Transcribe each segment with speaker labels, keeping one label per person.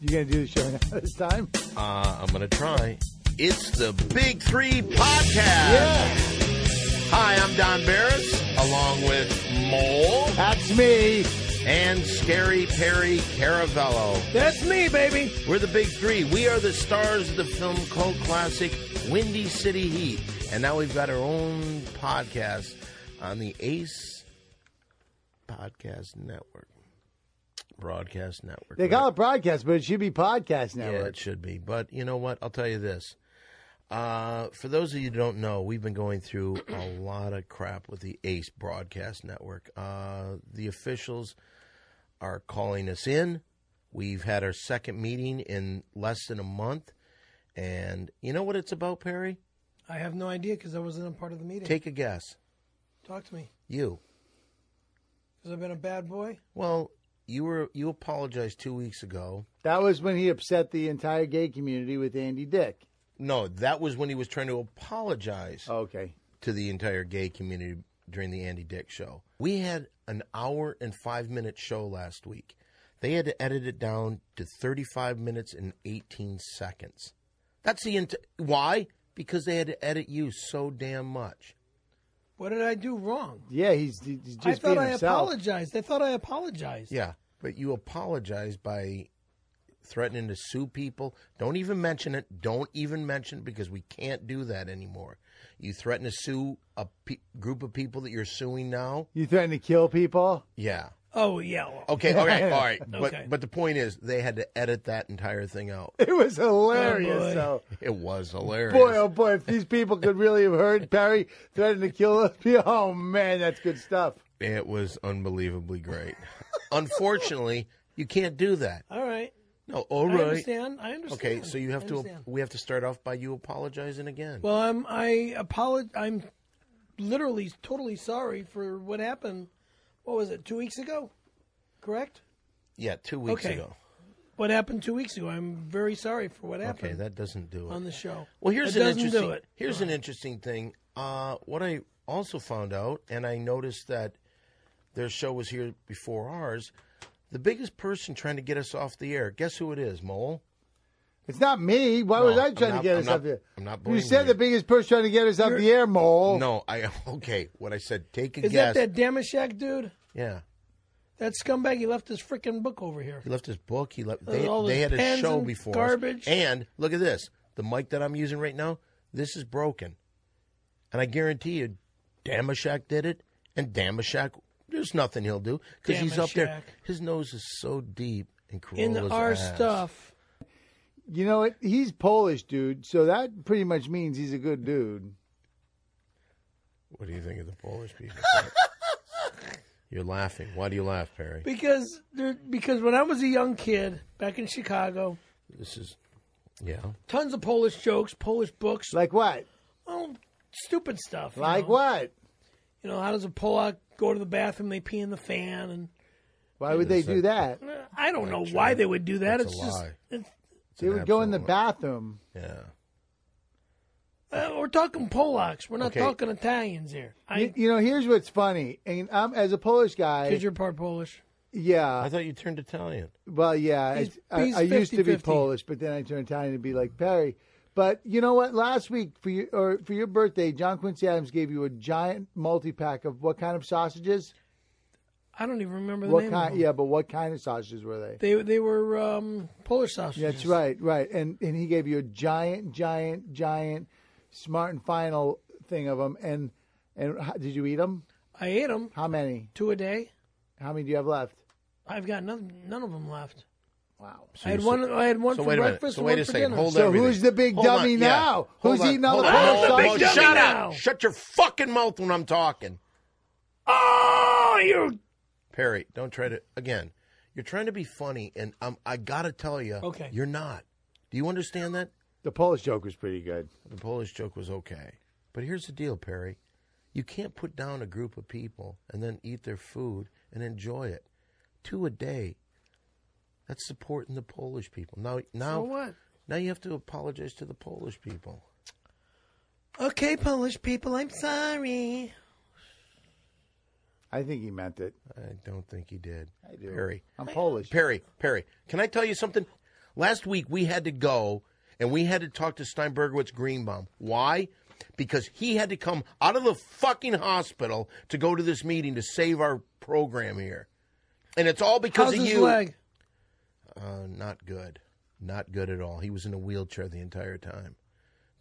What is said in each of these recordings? Speaker 1: You gonna do the show now this time?
Speaker 2: Uh, I'm going to try. It's the Big Three Podcast. Hi, I'm Don Barris, along with Mole
Speaker 1: That's me.
Speaker 2: and Scary Perry Caravello.
Speaker 1: That's me, baby.
Speaker 2: We're the Big Three. We are the stars of the film cult classic Windy City Heat. And now we've got our own podcast on the Ace Podcast Network. Broadcast Network.
Speaker 1: They
Speaker 2: right?
Speaker 1: call it broadcast, but it should be podcast
Speaker 2: Yeah,
Speaker 1: network.
Speaker 2: it should be. But you know what? I'll tell you this. Uh, for those of you who don't know, we've been going through a lot of crap with the ACE Broadcast Network. Uh, the officials are calling us in. We've had our second meeting in less than a month. And you know what it's about, Perry?
Speaker 3: I have no idea because I wasn't a part of the meeting.
Speaker 2: Take a guess.
Speaker 3: Talk to me.
Speaker 2: You.
Speaker 3: Because I've been a bad boy.
Speaker 2: Well, you were you apologized two weeks ago.
Speaker 1: That was when he upset the entire gay community with Andy Dick.
Speaker 2: No, that was when he was trying to apologize.
Speaker 1: Okay.
Speaker 2: to the entire gay community during the Andy Dick show. We had an hour and five minute show last week. They had to edit it down to 35 minutes and 18 seconds. That's the ent- why? Because they had to edit you so damn much.
Speaker 3: What did I do wrong?
Speaker 1: Yeah, he's, he's just
Speaker 3: I thought
Speaker 1: being
Speaker 3: I
Speaker 1: himself.
Speaker 3: apologized. I thought I apologized.
Speaker 2: Yeah, but you apologize by threatening to sue people. Don't even mention it. Don't even mention it because we can't do that anymore. You threaten to sue a pe- group of people that you're suing now.
Speaker 1: You threatened to kill people.
Speaker 2: Yeah.
Speaker 3: Oh yeah. well,
Speaker 2: Okay, all right, all right. But
Speaker 3: Okay.
Speaker 2: but the point is, they had to edit that entire thing out.
Speaker 1: It was hilarious,
Speaker 3: Oh, boy.
Speaker 1: though.
Speaker 2: It was hilarious.
Speaker 1: Boy, oh boy, if these people could really have heard Perry threatening to kill us, oh man, that's good stuff.
Speaker 2: It was unbelievably great. Unfortunately, you can't do that.
Speaker 3: All right.
Speaker 2: No, all
Speaker 3: I
Speaker 2: right.
Speaker 3: understand. I understand.
Speaker 2: Okay, so you have
Speaker 3: I
Speaker 2: to.
Speaker 3: understand.
Speaker 2: We have to start off by you apologizing again.
Speaker 3: Well, I'm. I apologize. I'm literally totally sorry for what happened. What was it? Two weeks ago. Correct.
Speaker 2: yeah, two weeks
Speaker 3: okay.
Speaker 2: ago.
Speaker 3: What happened two weeks ago? I'm very sorry for what happened
Speaker 2: Okay, that doesn't do it.
Speaker 3: on the show.
Speaker 2: Well, here's
Speaker 3: that
Speaker 2: an
Speaker 3: doesn't
Speaker 2: interesting.
Speaker 3: do it.
Speaker 2: Here's an interesting thing. Uh, what I also found out, and I noticed that their show was here before ours. The biggest person trying to get us off the air. Guess who it is, Mole?
Speaker 1: It's not me. Why was
Speaker 2: No,
Speaker 1: I
Speaker 2: I'm
Speaker 1: trying
Speaker 2: not-
Speaker 1: to get
Speaker 2: I'm
Speaker 1: us
Speaker 2: not-
Speaker 1: up here?
Speaker 2: I'm not
Speaker 1: You
Speaker 2: blaming
Speaker 1: said
Speaker 2: you.
Speaker 1: the biggest person trying to get us up the air, mole.
Speaker 2: No, I okay. What I said. Take a
Speaker 3: Oh. Is
Speaker 2: guess.
Speaker 3: that that Damashek dude?
Speaker 2: yeah,
Speaker 3: That scumbag. He left his freaking book over here.
Speaker 2: he left his book. He left. They,
Speaker 3: Uh, all
Speaker 2: they
Speaker 3: his
Speaker 2: had a
Speaker 3: pens
Speaker 2: show
Speaker 3: and
Speaker 2: before. us.
Speaker 3: garbage.
Speaker 2: And look at this. The mic that I'm using right now. This is broken, and I guarantee you, Damashek did it, and Damashek. There's nothing he'll do because he's up there.
Speaker 3: Damashek.
Speaker 2: His nose is so deep in
Speaker 3: in
Speaker 2: Corolla's
Speaker 3: our
Speaker 2: ass.
Speaker 3: stuff.
Speaker 1: You know what? He's Polish, dude. So that pretty much means he's a good dude.
Speaker 2: What do you think of the Polish people? You're laughing. Why do you laugh, Perry?
Speaker 3: Because there, because when I was a young kid back in Chicago,
Speaker 2: This is, yeah.
Speaker 3: tons of Polish jokes, Polish books,
Speaker 1: Like what?
Speaker 3: oh, stupid stuff. you
Speaker 1: Like
Speaker 3: know.
Speaker 1: what?
Speaker 3: You know, how does a Polak go to the bathroom? They pee in the fan, and
Speaker 1: Why would they do that?
Speaker 3: uh, I don't know why they would do that.
Speaker 2: That's
Speaker 3: it's
Speaker 2: a
Speaker 3: just
Speaker 2: lie.
Speaker 3: it's,
Speaker 1: They
Speaker 2: an
Speaker 1: would go in the
Speaker 2: absolute-
Speaker 1: bathroom.
Speaker 2: Yeah.
Speaker 3: uh, we're talking Polacks. We're not
Speaker 2: Okay.
Speaker 3: talking Italians here.
Speaker 1: You,
Speaker 3: I
Speaker 1: you know, here's what's funny. And I'm as a Polish guy.
Speaker 3: because you're part Polish.
Speaker 2: I
Speaker 1: yeah.
Speaker 2: thought you turned Italian.
Speaker 1: Well, yeah.
Speaker 3: He's-
Speaker 1: it's I,
Speaker 3: he's
Speaker 1: I used to be
Speaker 3: 50-50.
Speaker 1: Polish, but then I turned Italian to be like Perry. But you know what? Last week for your or for your birthday, John Quincy Adams gave you a giant multi pack of what kind of sausages?
Speaker 3: I don't even remember the
Speaker 1: what
Speaker 3: name. of
Speaker 1: kind?
Speaker 3: them.
Speaker 1: Yeah, but what kind of sausages were they?
Speaker 3: They they were um, Polish sausages.
Speaker 1: That's right, right. And and he gave you a giant, giant, giant, smart and final thing of them. And and how, did you eat them?
Speaker 3: I ate them
Speaker 1: How many?
Speaker 3: two a day.
Speaker 1: How many do you have left?
Speaker 3: I've got none, none of them left.
Speaker 1: Wow.
Speaker 3: I had one. I had one
Speaker 2: So
Speaker 3: for
Speaker 2: wait a minute.
Speaker 3: breakfast.
Speaker 2: So
Speaker 3: and
Speaker 2: wait
Speaker 3: one
Speaker 2: a
Speaker 3: for
Speaker 2: second.
Speaker 3: dinner.
Speaker 2: Hold
Speaker 1: So
Speaker 2: everything.
Speaker 1: who's the big
Speaker 2: Hold
Speaker 1: dummy
Speaker 2: on.
Speaker 1: now?
Speaker 2: Yeah.
Speaker 1: Who's
Speaker 2: Hold on.
Speaker 1: eating all the
Speaker 2: Hold on.
Speaker 1: Polish
Speaker 2: Hold on.
Speaker 3: big
Speaker 1: sausages?
Speaker 3: dummy
Speaker 2: Shut
Speaker 3: now.
Speaker 2: up. Shut your fucking mouth when I'm talking.
Speaker 3: Oh, you.
Speaker 2: Perry, don't try to again. You're trying to be funny, and um, I gotta tell you,
Speaker 3: Okay.
Speaker 2: you're not. Do you understand that?
Speaker 1: The Polish joke was pretty good.
Speaker 2: The Polish joke was okay, but here's the deal, Perry. You can't put down a group of people and then eat their food and enjoy it. Two a day. That's supporting the Polish people. Now, now,
Speaker 3: So what?
Speaker 2: now you have to apologize to the Polish people.
Speaker 3: Okay, Polish people, I'm sorry.
Speaker 1: I think he meant it.
Speaker 2: I don't think he did. I
Speaker 1: do.
Speaker 2: Perry.
Speaker 1: I'm Polish.
Speaker 2: Perry, Perry, can I tell you something? Last week we had to go and we had to talk to Steinbergowitz Greenbaum. Why? Because he had to come out of the fucking hospital to go to this meeting to save our program here. And it's all because of
Speaker 3: How's his
Speaker 2: you.
Speaker 3: leg?
Speaker 2: Uh, not good. Not good at all. He was in a wheelchair the entire time.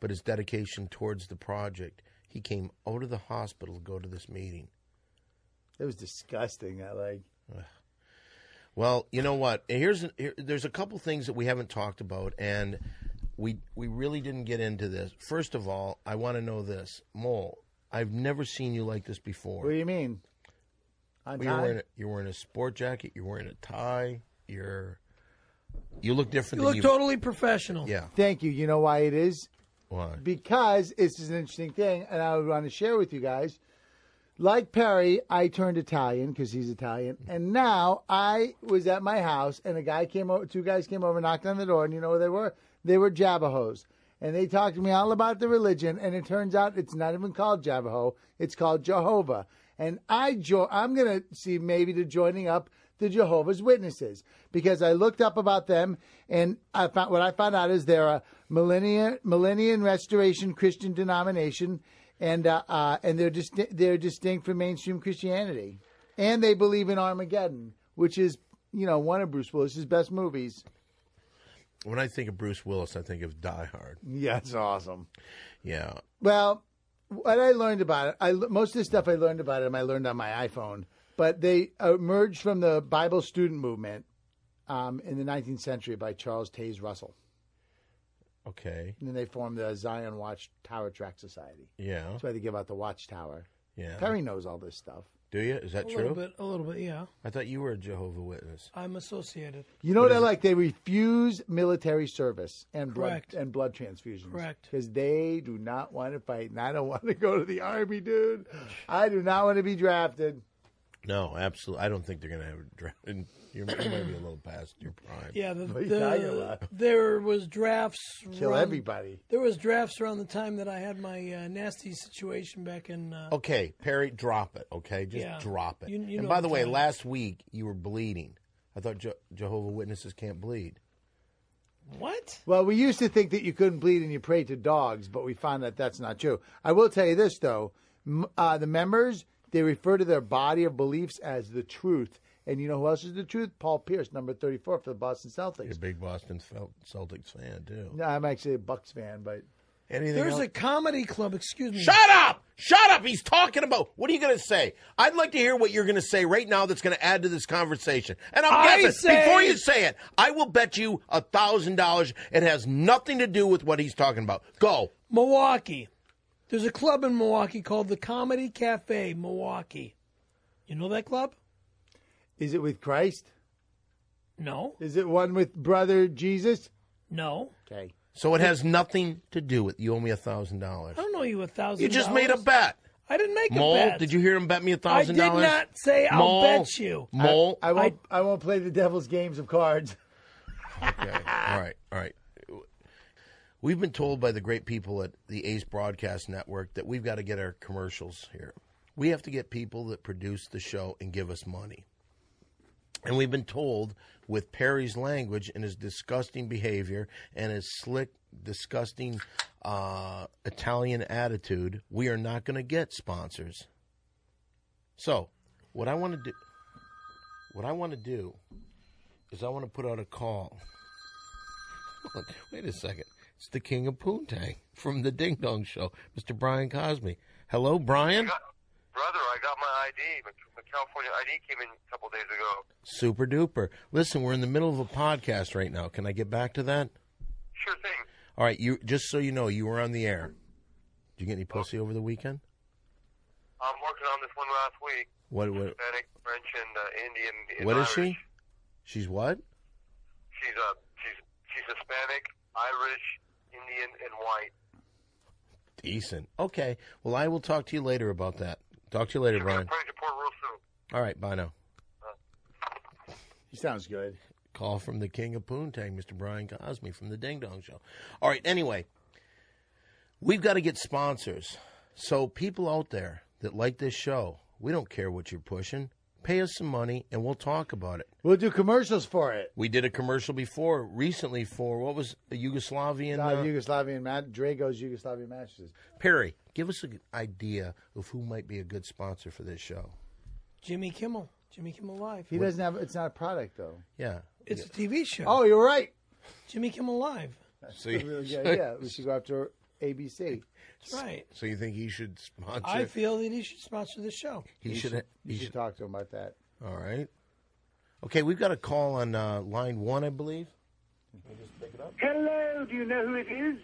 Speaker 2: But his dedication towards the project, he came out of the hospital to go to this meeting.
Speaker 1: That was disgusting. That leg.
Speaker 2: Well, you know what? Here's here, there's a couple things that we haven't talked about, and we we really didn't get into this. First of all, I want to know this, Mole. I've never seen you like this before.
Speaker 1: What do you mean? On
Speaker 2: you're
Speaker 1: time?
Speaker 2: wearing a, you're wearing a sport jacket. You're wearing a tie. You're you look different
Speaker 3: You
Speaker 2: than
Speaker 3: look
Speaker 2: you.
Speaker 3: totally professional.
Speaker 2: yeah.
Speaker 1: Thank you. You know why it is?
Speaker 2: Why?
Speaker 1: Because this is an interesting thing, and I want to share with you guys. Like Perry, I turned Italian because he's Italian, and now I was at my house, and a guy came over, two guys came over, knocked on the door, and you know where they were? They were Jabahos, and they talked to me all about the religion, and it turns out it's not even called Jabaho, it's called Jehovah, and I jo- I'm gonna see maybe to joining up the Jehovah's Witnesses because I looked up about them and I found what I found out is they're a millennia millennium restoration Christian denomination and uh, uh, and they're just they're distinct from mainstream Christianity and they believe in Armageddon which is you know one of Bruce Willis's best movies.
Speaker 2: When I think of Bruce Willis, I think of Die Hard.
Speaker 1: Yeah, it's awesome.
Speaker 2: Yeah.
Speaker 1: Well, what I learned about it, I most of the stuff I learned about it, I learned on my iPhone. But they emerged from the Bible student movement um, in the 19th century by Charles Taze Russell,
Speaker 2: Okay.
Speaker 1: and then they formed the Zion Watchtower Tract Society.
Speaker 2: Yeah.
Speaker 1: That's why they give out the Watchtower.
Speaker 2: Yeah.
Speaker 1: Perry knows all this stuff.
Speaker 2: Do you? Is that
Speaker 3: A little
Speaker 2: true?
Speaker 3: bit, a little bit, yeah.
Speaker 2: I thought you were a Jehovah Witness.
Speaker 3: I'm associated.
Speaker 1: You know what, I like? They refuse military service and blood
Speaker 3: Correct.
Speaker 1: and blood transfusions.
Speaker 3: Correct.
Speaker 1: Because they do not want to fight, and I don't want to go to the army, dude. I do not want to be drafted.
Speaker 2: No, absolutely. I don't think they're going to have a draft. And you're, you might be a little past your prime.
Speaker 3: Yeah, the,
Speaker 1: you got your
Speaker 3: the,
Speaker 1: lot.
Speaker 3: there was drafts.
Speaker 1: Kill
Speaker 3: run-
Speaker 1: everybody.
Speaker 3: There was drafts around the time that I had my uh, nasty situation back in. Uh,
Speaker 2: Okay, Perry, drop it. Okay, just
Speaker 3: Yeah.
Speaker 2: drop it.
Speaker 3: You- you
Speaker 2: and
Speaker 3: know
Speaker 2: by the
Speaker 3: what
Speaker 2: way,
Speaker 3: I'm saying.
Speaker 2: last week you were bleeding. I thought Je- Jehovah Witnesses can't bleed.
Speaker 3: What?
Speaker 1: Well, we used to think that you couldn't bleed and you prayed to dogs, but we found that that's not true. I will tell you this though: M- uh, the members they refer to their body of beliefs as the truth, and you know who else is the truth? Paul Pierce, number thirty-four for the Boston
Speaker 2: You're a
Speaker 1: Celtics.
Speaker 2: big Boston Fel- Celtics fan too.
Speaker 1: No, I'm actually a Bucks fan, but
Speaker 2: Anything
Speaker 3: There's
Speaker 2: else?
Speaker 3: a comedy club. Excuse me.
Speaker 2: Shut up! Shut up! He's talking about. What are you going to say? I'd like to hear what you're going to say right now. That's going to add to this conversation. And I'm
Speaker 3: I
Speaker 2: guessing
Speaker 3: say-
Speaker 2: before you say it, I will bet you a thousand dollars it has nothing to do with what he's talking about. Go.
Speaker 3: Milwaukee. There's a club in Milwaukee called the Comedy Cafe Milwaukee. You know that club?
Speaker 1: is it with Christ?
Speaker 3: No.
Speaker 1: Is it one with Brother Jesus?
Speaker 3: No.
Speaker 1: Okay.
Speaker 2: So it has nothing to do with. You owe me a thousand dollars.
Speaker 3: I don't know you a thousand.
Speaker 2: You just made a bet.
Speaker 3: I didn't make
Speaker 2: Mole,
Speaker 3: a bet.
Speaker 2: did you hear him bet me a
Speaker 3: I did
Speaker 2: thousand dollars?
Speaker 3: not say I'll
Speaker 2: Mole,
Speaker 3: bet you.
Speaker 2: Mole.
Speaker 1: I won't. I, won't play the devil's games of cards.
Speaker 2: Okay. All right. All right. We've been told by the great people at the Ace Broadcast Network that we've got to get our commercials here. We have to get people that produce the show and give us money. And we've been told with Perry's language and his disgusting behavior and his slick, disgusting uh, Italian attitude, we are not going to get sponsors. So, what I want to do, what I want to do, is I want to put out a call. Hold on. Wait a second, it's the King of Poontang from the Ding Dong Show, Mr. Brian Cosby. Hello, Brian.
Speaker 4: Brother, I got my ID. My, my California ID came in a couple days ago.
Speaker 2: Super duper. Listen, we're in the middle of a podcast right now. Can I get back to that?
Speaker 4: Sure thing.
Speaker 2: All right, you just so you know, you were on the air. Did you get any pussy over the weekend?
Speaker 4: I'm working on this one last week.
Speaker 2: What? What,
Speaker 4: Hispanic, French, and uh, Indian.
Speaker 2: Uh,
Speaker 4: and
Speaker 2: what is she?
Speaker 4: Irish.
Speaker 2: She's what?
Speaker 4: She's uh, she's she's Hispanic, Irish, Indian, and white.
Speaker 2: Decent. Okay. Well, I will talk to you later about that. Talk to you later, Brian.
Speaker 4: Praise the Port real soon.
Speaker 2: All right. Bye now.
Speaker 1: He sounds good.
Speaker 2: Call from the king of Poontang, Mr. Brian Cosme from the Ding Dong Show. All right, anyway, we've got to get sponsors. So, people out there that like this show, we don't care what you're pushing. Pay us some money, and we'll talk about it.
Speaker 1: We'll do commercials for it.
Speaker 2: We did a commercial before recently for what was a Yugoslavian
Speaker 1: Uh,
Speaker 2: uh,
Speaker 1: Yugoslavian mat Drago's Yugoslavian mattresses.
Speaker 2: Perry. Give us an idea of who might be a good sponsor for this show.
Speaker 3: Jimmy Kimmel. Jimmy Kimmel Live.
Speaker 1: He doesn't have. It's not a product though.
Speaker 2: Yeah.
Speaker 3: It's a TV show.
Speaker 1: Oh, you're right.
Speaker 3: Jimmy Kimmel Live.
Speaker 2: So
Speaker 1: Really
Speaker 2: you,
Speaker 1: good idea. We should go after ABC.
Speaker 3: That's right.
Speaker 2: so you think he should sponsor?
Speaker 3: I feel that he should sponsor the show.
Speaker 2: he should.
Speaker 1: You
Speaker 2: He
Speaker 1: should
Speaker 2: should.
Speaker 1: talk to him about that.
Speaker 2: All right. Okay, we've got a call on uh, line one, I believe.
Speaker 5: Hello, do you know who it is?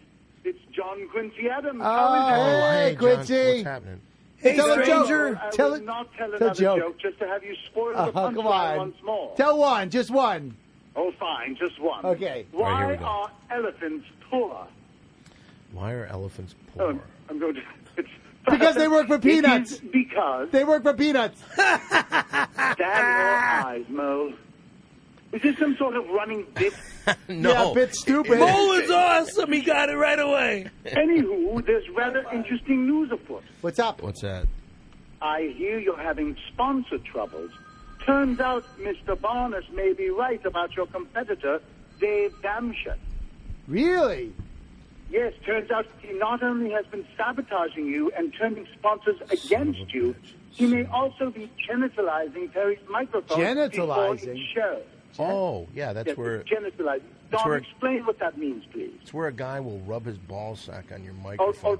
Speaker 5: It's John Quincy Adams.
Speaker 1: Oh, hey,
Speaker 2: John,
Speaker 1: Quincy.
Speaker 2: what's happening?
Speaker 3: Hey,
Speaker 1: Tell
Speaker 2: Oh,
Speaker 1: a
Speaker 5: How is it?
Speaker 3: stranger.
Speaker 1: joke.
Speaker 5: Oh, I
Speaker 1: Tell
Speaker 5: will
Speaker 1: it-
Speaker 5: not tell
Speaker 1: tell
Speaker 5: another
Speaker 1: joke.
Speaker 5: joke. just to have you spoil
Speaker 1: Oh,
Speaker 5: the
Speaker 1: come
Speaker 5: punchline
Speaker 1: on.
Speaker 5: once more.
Speaker 1: Tell one, just one.
Speaker 5: oh, fine, just one.
Speaker 1: Okay.
Speaker 2: All right,
Speaker 5: Why
Speaker 2: here we go.
Speaker 5: are elephants poor?
Speaker 2: Why are elephants
Speaker 5: Oh,
Speaker 2: poor?
Speaker 5: I'm- I'm going to. It's
Speaker 1: Because they work for
Speaker 5: It is
Speaker 1: peanuts.
Speaker 5: because
Speaker 1: They work for peanuts.
Speaker 5: damn your eyes, Mo. Is this some sort of running bit?
Speaker 2: no,
Speaker 1: Yeah, a bit stupid.
Speaker 3: Boland's awesome. He got it right away.
Speaker 5: Anywho, there's rather interesting news afoot.
Speaker 1: What's up?
Speaker 2: What's that?
Speaker 5: I hear you're having sponsor troubles. Turns out Mr. Barnes may be right about your competitor, Dave Damshut.
Speaker 1: Really?
Speaker 5: Yes, turns out he not only has been sabotaging you and turning sponsors against you, he may also be genitalizing Terry's microphone before
Speaker 1: Genitalizing?
Speaker 5: it shows.
Speaker 2: Oh, yeah, that's
Speaker 5: Yes,
Speaker 2: where
Speaker 5: it's genitalizing.
Speaker 2: that's
Speaker 5: Don,
Speaker 2: where-
Speaker 5: explain what that means, please.
Speaker 2: it's where a guy will rub his ball sack on your
Speaker 5: Oh,
Speaker 2: microphone.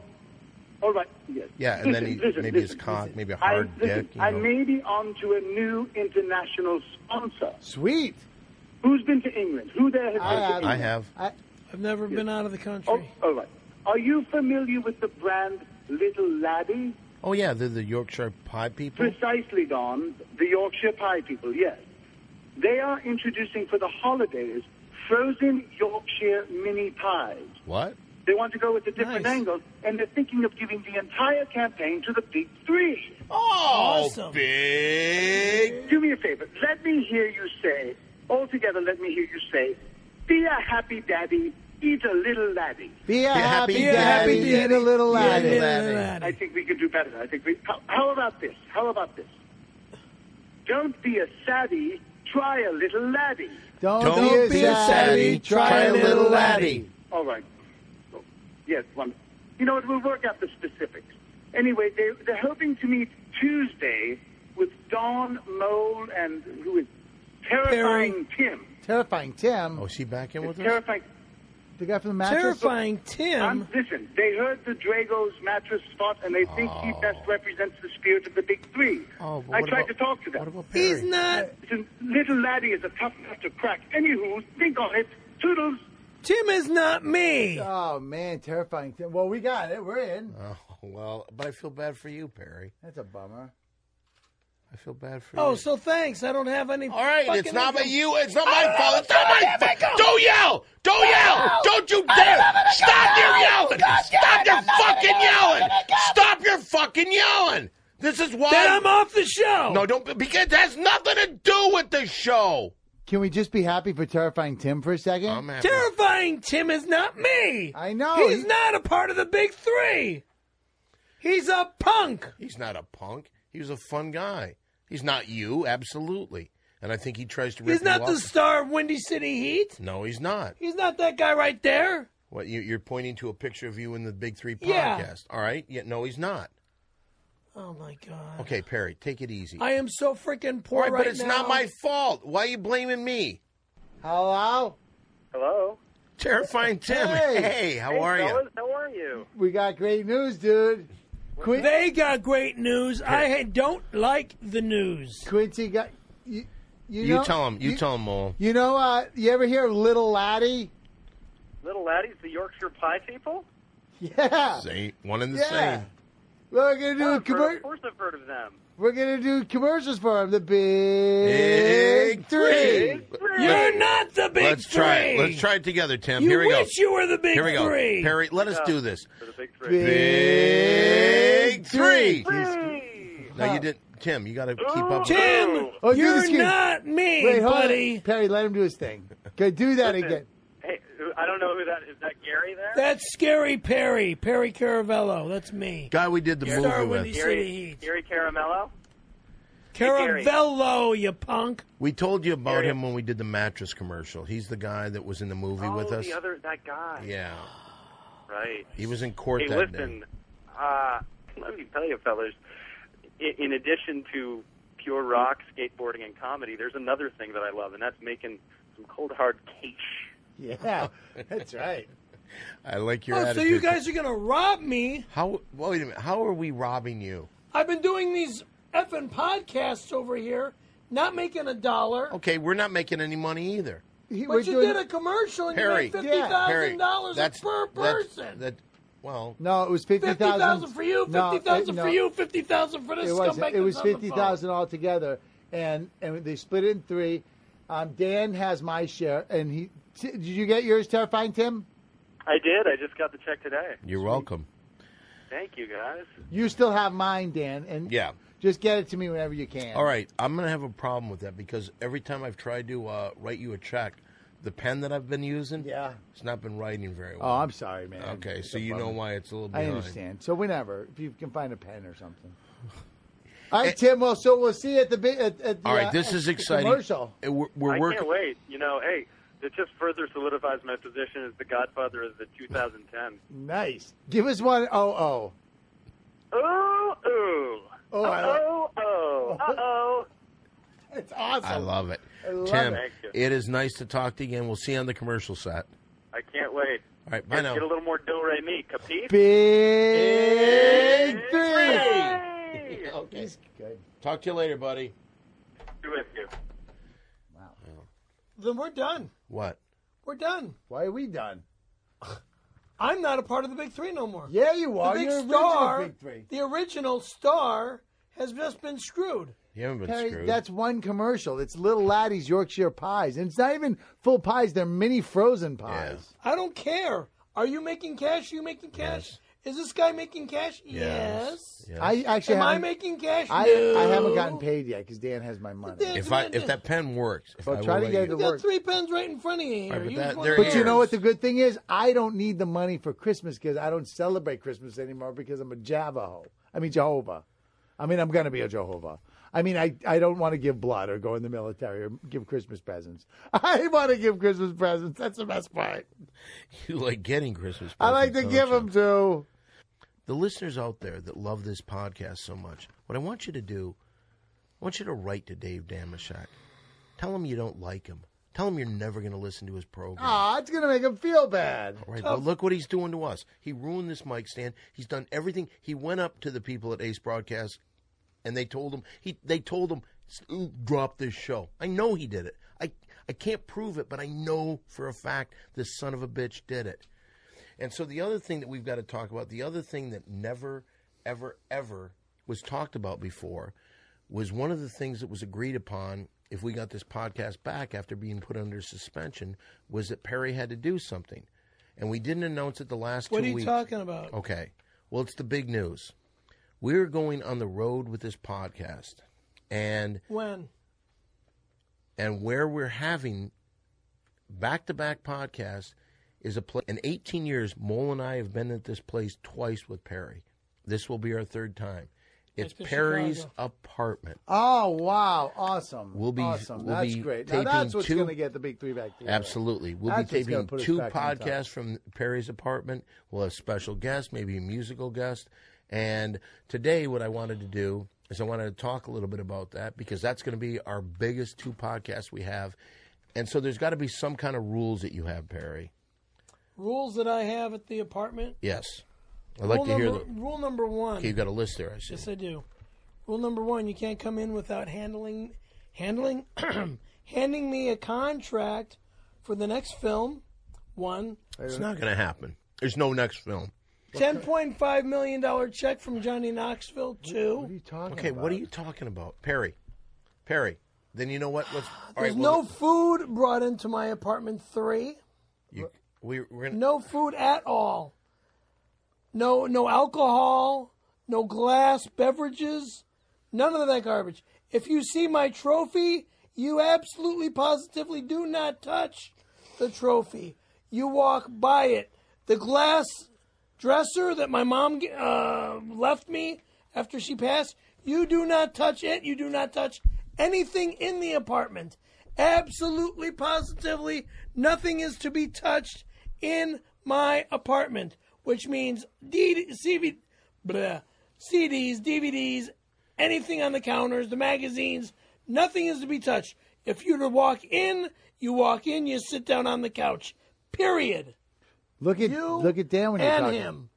Speaker 5: oh, all right, yes.
Speaker 2: Yeah, and then
Speaker 5: Listen,
Speaker 2: he-
Speaker 5: listen,
Speaker 2: maybe his
Speaker 5: listen,
Speaker 2: cock,
Speaker 5: listen.
Speaker 2: maybe a
Speaker 5: I-
Speaker 2: hard
Speaker 5: listen,
Speaker 2: dick, you
Speaker 5: I
Speaker 2: know.
Speaker 5: may be on to a new international sponsor.
Speaker 1: Sweet.
Speaker 5: Who's been to England? Who there
Speaker 1: I
Speaker 5: has been to
Speaker 1: have.
Speaker 5: England?
Speaker 2: I have.
Speaker 1: I,
Speaker 3: I've never been out of the
Speaker 5: Oh,
Speaker 3: country.
Speaker 5: all right. Are you familiar with the brand Little Laddie?
Speaker 2: Oh yeah, they're the Yorkshire Pie people.
Speaker 5: Precisely, Don. The Yorkshire Pie people, yes. They are introducing for the holidays frozen Yorkshire mini pies.
Speaker 2: What?
Speaker 5: They want to go with a different
Speaker 3: Nice.
Speaker 5: angle, and they're thinking of giving the entire campaign to the big three.
Speaker 2: Oh,
Speaker 3: Awesome.
Speaker 2: big!
Speaker 5: Do me a favor. Let me hear you say, altogether, let me hear you say, be a happy daddy, eat a little laddie.
Speaker 1: be a happy,
Speaker 2: happy
Speaker 1: daddy,
Speaker 2: daddy.
Speaker 1: eat a little
Speaker 3: Yeah,
Speaker 1: laddie.
Speaker 3: yeah,
Speaker 2: laddie.
Speaker 3: laddie.
Speaker 5: I think we could do better. I think we. How, how about this? How about this? Don't be a savvy. Try a little laddie.
Speaker 1: Oh, Don't,
Speaker 2: Don't be a savvy, try a little laddie.
Speaker 5: All right. Oh, Yes, one. You know what? We'll work out the specifics. Anyway, they, they're hoping to meet Tuesday with Don Mole and who is terrifying Tim.
Speaker 1: Terrifying Tim,
Speaker 2: Oh, is she back in with us?
Speaker 5: Terrifying.
Speaker 1: the guy from the mattress.
Speaker 3: Terrifying
Speaker 5: Um,
Speaker 3: Tim.
Speaker 5: listen, they heard the Drago's mattress spot, and they think he best represents the spirit of the big three.
Speaker 2: Oh, but
Speaker 5: I
Speaker 2: what
Speaker 5: tried
Speaker 2: about-
Speaker 5: to talk to them.
Speaker 2: What about Perry?
Speaker 3: He's not.
Speaker 5: Listen, little laddie is a tough nut to crack. Anywho, think on it. Toodles.
Speaker 3: Tim is not me.
Speaker 1: Oh man, terrifying Tim. Well, we got it. We're in.
Speaker 2: Oh well, but I feel bad for you, Perry.
Speaker 1: That's a bummer.
Speaker 2: I feel bad for you.
Speaker 3: Oh, so thanks. I don't have any.
Speaker 2: All right, it's
Speaker 3: fucking
Speaker 2: not my
Speaker 3: income.
Speaker 2: you. It's not my fault. It's not my fault. Don't yell! Don't yell! Don't you dare! Stop your yelling! Stop your fucking yelling! Stop your fucking yelling! This is why.
Speaker 3: Then I'm off the show.
Speaker 2: No, don't because it has nothing to do with the show.
Speaker 1: Can we just be happy for terrifying Tim for a 2nd
Speaker 2: I'm happy.
Speaker 3: Terrifying Tim is not me.
Speaker 1: I know.
Speaker 3: He's
Speaker 1: He-
Speaker 3: not a part of the big three. He's a punk.
Speaker 2: He's not a punk. He was a fun guy. He's not you, absolutely. And I think he tries to. Rip
Speaker 3: He's not
Speaker 2: you
Speaker 3: the
Speaker 2: off.
Speaker 3: star of Windy City Heat.
Speaker 2: No, he's not.
Speaker 3: He's not that guy right there.
Speaker 2: What you, you're pointing to a picture of you in the Big Three podcast.
Speaker 3: Yeah.
Speaker 2: All right. Yeah. No, he's not.
Speaker 3: Oh my god.
Speaker 2: Okay, Perry, take it easy.
Speaker 3: I am so freaking
Speaker 2: All
Speaker 3: poor
Speaker 2: right,
Speaker 3: right,
Speaker 2: but it's
Speaker 3: now.
Speaker 2: not my fault. Why are you blaming me?
Speaker 1: Hello.
Speaker 6: Hello.
Speaker 2: Terrifying Tim.
Speaker 1: Hey.
Speaker 2: Hey, how are you?
Speaker 6: How are you?
Speaker 1: We got great news, dude. Quin-
Speaker 3: They got great news. I ha- don't like the news.
Speaker 1: Quincy got you. You,
Speaker 2: You
Speaker 1: know-
Speaker 2: tell him. You, tell him, Mole.
Speaker 1: You know, uh, you ever hear of Little Laddie?
Speaker 6: Little Laddie's the Yorkshire Pie people?
Speaker 1: Yeah.
Speaker 2: Say one and the
Speaker 1: Yeah.
Speaker 2: same.
Speaker 1: We're gonna do
Speaker 6: I've
Speaker 1: a
Speaker 6: heard-
Speaker 1: commer-
Speaker 6: of course I've heard of them.
Speaker 1: We're gonna do commercials for him. The big,
Speaker 2: Big
Speaker 1: three.
Speaker 2: three.
Speaker 3: You're not the big
Speaker 2: Let's
Speaker 3: three.
Speaker 2: try it. Let's try it together, Tim.
Speaker 3: You
Speaker 2: Here we go.
Speaker 3: wish you were the big
Speaker 2: Here we go.
Speaker 3: three.
Speaker 2: Perry, let us do this.
Speaker 6: For the big three.
Speaker 2: Big three.
Speaker 6: Three!
Speaker 2: No, you didn't. Tim, you got to keep up.
Speaker 3: Tim,
Speaker 1: Oh, do this
Speaker 3: you're
Speaker 1: again.
Speaker 3: not me,
Speaker 1: Wait, hold on.
Speaker 3: buddy.
Speaker 1: Perry, let him do his thing. Okay, do that
Speaker 6: Listen,
Speaker 1: again.
Speaker 6: Hey, I don't know who that is. That Gary there?
Speaker 3: That's scary Perry. Perry Caravello. That's me.
Speaker 2: Guy we did the
Speaker 3: Star
Speaker 2: movie
Speaker 3: Windy
Speaker 2: with.
Speaker 3: City
Speaker 6: Gary,
Speaker 3: Heat.
Speaker 6: Gary Caramello? Gary.
Speaker 3: Caravello, you punk.
Speaker 2: We told you about
Speaker 6: Area.
Speaker 2: him when we did the mattress commercial. He's the guy that was in the movie
Speaker 6: oh,
Speaker 2: with us.
Speaker 6: the other that guy.
Speaker 2: yeah,
Speaker 6: Right.
Speaker 2: he was in court
Speaker 6: hey,
Speaker 2: that
Speaker 6: listen,
Speaker 2: day.
Speaker 6: uh, let me tell you, fellas, in, in addition to pure rock, skateboarding, and comedy, there's another thing that I love, and that's making some cold hard quiche.
Speaker 1: Yeah, that's right.
Speaker 2: I like your
Speaker 3: Oh, so
Speaker 2: attitude.
Speaker 3: you guys are going to rob me.
Speaker 2: how? Well, wait a minute. How are we robbing you?
Speaker 3: I've been doing these effing podcasts over here, not making a dollar.
Speaker 2: Okay, we're not making any money either.
Speaker 1: He-
Speaker 3: But
Speaker 1: Oh, we're
Speaker 3: you
Speaker 1: doing-
Speaker 3: did a commercial and
Speaker 2: Harry,
Speaker 3: you made fifty
Speaker 1: Yeah.
Speaker 2: Harry,
Speaker 3: thousand dollars
Speaker 2: that's
Speaker 3: per
Speaker 2: that's-
Speaker 3: person.
Speaker 2: That, well,
Speaker 1: no, it was fifty
Speaker 3: fifty thousand
Speaker 1: thousand
Speaker 3: for you, fifty thousand for you, fifty thousand for this
Speaker 1: It was
Speaker 3: scumbag.
Speaker 1: it was
Speaker 3: that's on the
Speaker 1: fifty
Speaker 3: phone.
Speaker 1: thousand altogether, and and they split it in three. Um, Dan has my share, and he T- did you get yours? Terrifying Tim,
Speaker 6: I did. I just got the check today.
Speaker 2: you're welcome.
Speaker 6: Thank you, guys.
Speaker 1: you still have mine, Dan, and
Speaker 2: Yeah.
Speaker 1: just get it to me whenever you can.
Speaker 2: All right, I'm gonna have a problem with that because every time I've tried to uh, write you a check, the pen that I've been using,
Speaker 1: Yeah.
Speaker 2: it's not been writing very
Speaker 1: Oh,
Speaker 2: well.
Speaker 1: I'm sorry, man.
Speaker 2: okay, so you know why it's a little.
Speaker 1: I
Speaker 2: Behind.
Speaker 1: understand. So whenever, if you can find a pen or something. Eh. All right, Tim. Well, so we'll see you at the bi- at, at the,
Speaker 2: All right,
Speaker 1: uh,
Speaker 2: this
Speaker 1: at
Speaker 2: is
Speaker 1: the
Speaker 2: exciting.
Speaker 1: commercial.
Speaker 2: Uh, We're, we're
Speaker 6: I
Speaker 2: working.
Speaker 6: can't wait. You know, hey, it just further solidifies my position as the godfather of the 2010.
Speaker 1: Nice. Give us one. Oh, oh.
Speaker 6: Oh, oh.
Speaker 1: Oh, I like-
Speaker 6: oh, oh. Uh oh.
Speaker 1: It's awesome.
Speaker 2: I love it.
Speaker 1: love
Speaker 2: Tim,
Speaker 6: it. Thank you.
Speaker 2: it is nice to talk to you again. We'll see you on the commercial set.
Speaker 6: I can't wait.
Speaker 2: All right, bye
Speaker 6: Get,
Speaker 2: now.
Speaker 6: get a little more do re mi, capiche?
Speaker 1: Uh, Big three.
Speaker 6: Hey!
Speaker 2: Okay.
Speaker 1: Good.
Speaker 2: Talk to you later, buddy.
Speaker 6: Do it, you.
Speaker 3: Then we're done.
Speaker 2: What?
Speaker 3: We're done.
Speaker 1: Why are we done?
Speaker 3: I'm not a part of the big three no more.
Speaker 1: Yeah, you
Speaker 3: the
Speaker 1: are.
Speaker 3: big
Speaker 1: You're
Speaker 3: star,
Speaker 1: original big three.
Speaker 3: the original star, has just been screwed.
Speaker 2: You haven't been
Speaker 1: Harry,
Speaker 2: screwed.
Speaker 1: that's one commercial. It's Little Laddie's Yorkshire Pies, and it's not even full pies. They're mini frozen pies.
Speaker 3: I don't care. Are you making cash? Are you making cash? Is this guy making cash? Yes.
Speaker 2: Yes.
Speaker 1: I actually
Speaker 3: Am I
Speaker 1: haven't-
Speaker 3: making cash?
Speaker 1: I,
Speaker 3: no.
Speaker 1: I haven't gotten paid yet because Dan has my money.
Speaker 3: Dan-
Speaker 2: if I if that pen works, if
Speaker 1: Well,
Speaker 2: I
Speaker 1: try
Speaker 2: will
Speaker 1: to
Speaker 2: let
Speaker 1: get
Speaker 2: you-
Speaker 1: it
Speaker 3: You got
Speaker 1: work.
Speaker 3: three pens right in front of you. Here.
Speaker 2: Right, but
Speaker 3: you
Speaker 2: that-
Speaker 3: just wanna
Speaker 2: there
Speaker 1: But you
Speaker 2: cares?
Speaker 1: know what the good thing is? I don't need the money for Christmas because I don't celebrate Christmas anymore because I'm a Javaho. I mean Jehovah. I mean I'm gonna be a Jehovah. I mean I, I don't want to give blood or go in the military or give Christmas presents. I want to give Christmas presents. That's the best part.
Speaker 2: you like getting Christmas.
Speaker 1: I like to
Speaker 2: presents,
Speaker 1: give
Speaker 2: don't you?
Speaker 1: them to.
Speaker 2: the listeners out there that love this podcast so much, what I want you to do, I want you to write to Dave Damashek. Tell him you don't like him. Tell him you're never going to listen to his program.
Speaker 1: Ah, it's gonna make them feel bad.
Speaker 2: All right, but look what he's doing to us. He ruined this mic stand. He's done everything. He went up to the people at Ace Broadcast, and they told him he. They told him "S- drop this show. I know he did it. I I can't prove it, but I know for a fact this son of a bitch did it. And so the other thing that we've got to talk about, the other thing that never, ever, ever was talked about before, was one of the things that was agreed upon if we got this podcast back after being put under suspension was that Perry had to do something, and we didn't announce it the last
Speaker 3: What
Speaker 2: two
Speaker 3: are you
Speaker 2: weeks. Oh.
Speaker 3: talking about?
Speaker 2: Okay, well it's the big news. We're going on the road with this podcast, and
Speaker 3: When?
Speaker 2: and where we're having back to back podcasts is a place. In 18 years, Mole and I have been at this place twice with Perry. This will be our third time. It's
Speaker 3: That's the
Speaker 2: Perry's
Speaker 3: Chicago.
Speaker 2: apartment.
Speaker 1: Oh wow, awesome.
Speaker 2: We'll be-
Speaker 1: awesome.
Speaker 2: we'll
Speaker 1: that's
Speaker 2: be
Speaker 1: great. Now
Speaker 2: taping
Speaker 1: that's what's
Speaker 2: two-
Speaker 1: gonna get the big three back together.
Speaker 2: Absolutely. We'll
Speaker 1: That's
Speaker 2: be
Speaker 1: what's gonna
Speaker 2: taping
Speaker 1: put us
Speaker 2: two
Speaker 1: back on top.
Speaker 2: podcasts from Perry's apartment. We'll have special guests, maybe a musical guest. And today, what I wanted to do is I wanted to talk a little bit about that because that's going to be our biggest two podcasts we have. And so there's got to be some kind of rules that you have, Perry.
Speaker 3: Rules that I have at the apartment.
Speaker 2: Yes. I'd like
Speaker 3: rule,
Speaker 2: to hear
Speaker 3: number,
Speaker 2: the.
Speaker 3: rule number one.
Speaker 2: Okay, you've got a list there, I see.
Speaker 3: Yes, I do. Rule number one: you can't come in without handling, handling, handing me a contract for the next film. One.
Speaker 2: It's not going to happen. There's no next film.
Speaker 3: Ten point five million dollar check from Johnny Knoxville.
Speaker 1: What are
Speaker 3: Two.
Speaker 1: you talking
Speaker 2: Okay,
Speaker 1: about?
Speaker 2: what are you talking about? Perry. Perry. Then you know what? Let's. all
Speaker 3: There's
Speaker 2: right, well,
Speaker 3: no food brought into my apartment. Three.
Speaker 2: you- we, we're gonna,
Speaker 3: No food at all. No, no alcohol. No glass beverages. None of that garbage. If you see my trophy, you absolutely positively do not touch the trophy. You walk by it. The glass dresser that my mom uh, left me after she passed, You do not touch it. You do not touch anything in the apartment. Absolutely, positively, nothing is to be touched in my apartment, which means D- CV, bleh, CDs, DVDs, anything on the counters, the magazines, nothing is to be touched. If you to walk in, you walk in, you sit down on the couch. Period.
Speaker 1: Look at
Speaker 3: You
Speaker 1: look at Dan when you're
Speaker 3: and
Speaker 1: talking.
Speaker 3: him.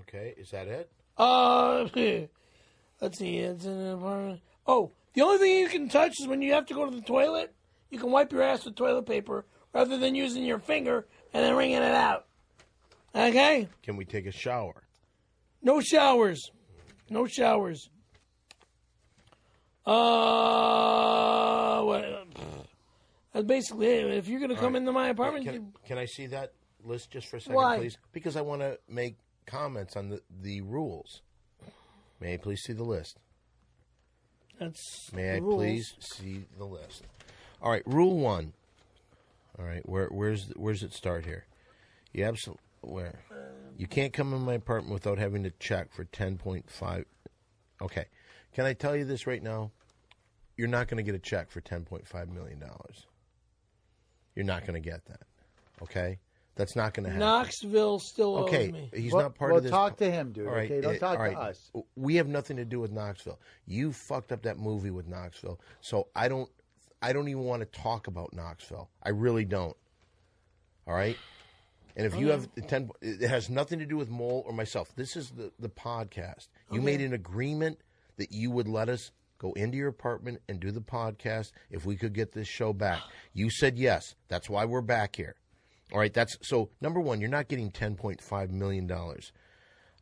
Speaker 2: Okay, is that it?
Speaker 3: Uh, let's see. It's in an apartment. Oh, the only thing you can touch is when you have to go to the toilet. You can wipe your ass with toilet paper rather than using your finger and then wringing it out. Okay.
Speaker 2: Can we take a shower?
Speaker 3: No showers. No showers. Uh, what? That's basically it. If you're gonna come into my apartment,
Speaker 2: Can,
Speaker 3: you-
Speaker 2: can I see that list just for a second,
Speaker 3: Why?
Speaker 2: please? Because I want to make comments on the, the rules. May I please see the list?
Speaker 3: that's
Speaker 2: May
Speaker 3: the
Speaker 2: I
Speaker 3: rules.
Speaker 2: please see the list? All right, rule one. All right, where where's where's it start here? You absolutely where you can't come in my apartment without having to check for ten point five. Okay, can I tell you this right now? You're not going to get a check for ten point five million dollars. You're not going to get that. Okay, that's not going to happen.
Speaker 3: Knoxville still owes
Speaker 2: okay,
Speaker 3: me.
Speaker 2: he's
Speaker 1: Well-
Speaker 2: not part
Speaker 1: well,
Speaker 2: of this.
Speaker 1: talk to him, dude,
Speaker 2: All right,
Speaker 1: okay? Don't
Speaker 2: eh,
Speaker 1: talk
Speaker 2: all
Speaker 1: to
Speaker 2: right.
Speaker 1: us.
Speaker 2: We have nothing to do with Knoxville. You fucked up that movie with Knoxville, so I don't. I don't even want to talk about Knoxville. I really don't. All right. And if
Speaker 3: Oh,
Speaker 2: you have the ten, it has nothing to do with Mole or myself. This is the the podcast. You made an agreement that you would let us go into your apartment and do the podcast if we could get this show back. You said yes. That's why we're back here. All right. That's so. Number one, you're not getting ten point five million dollars.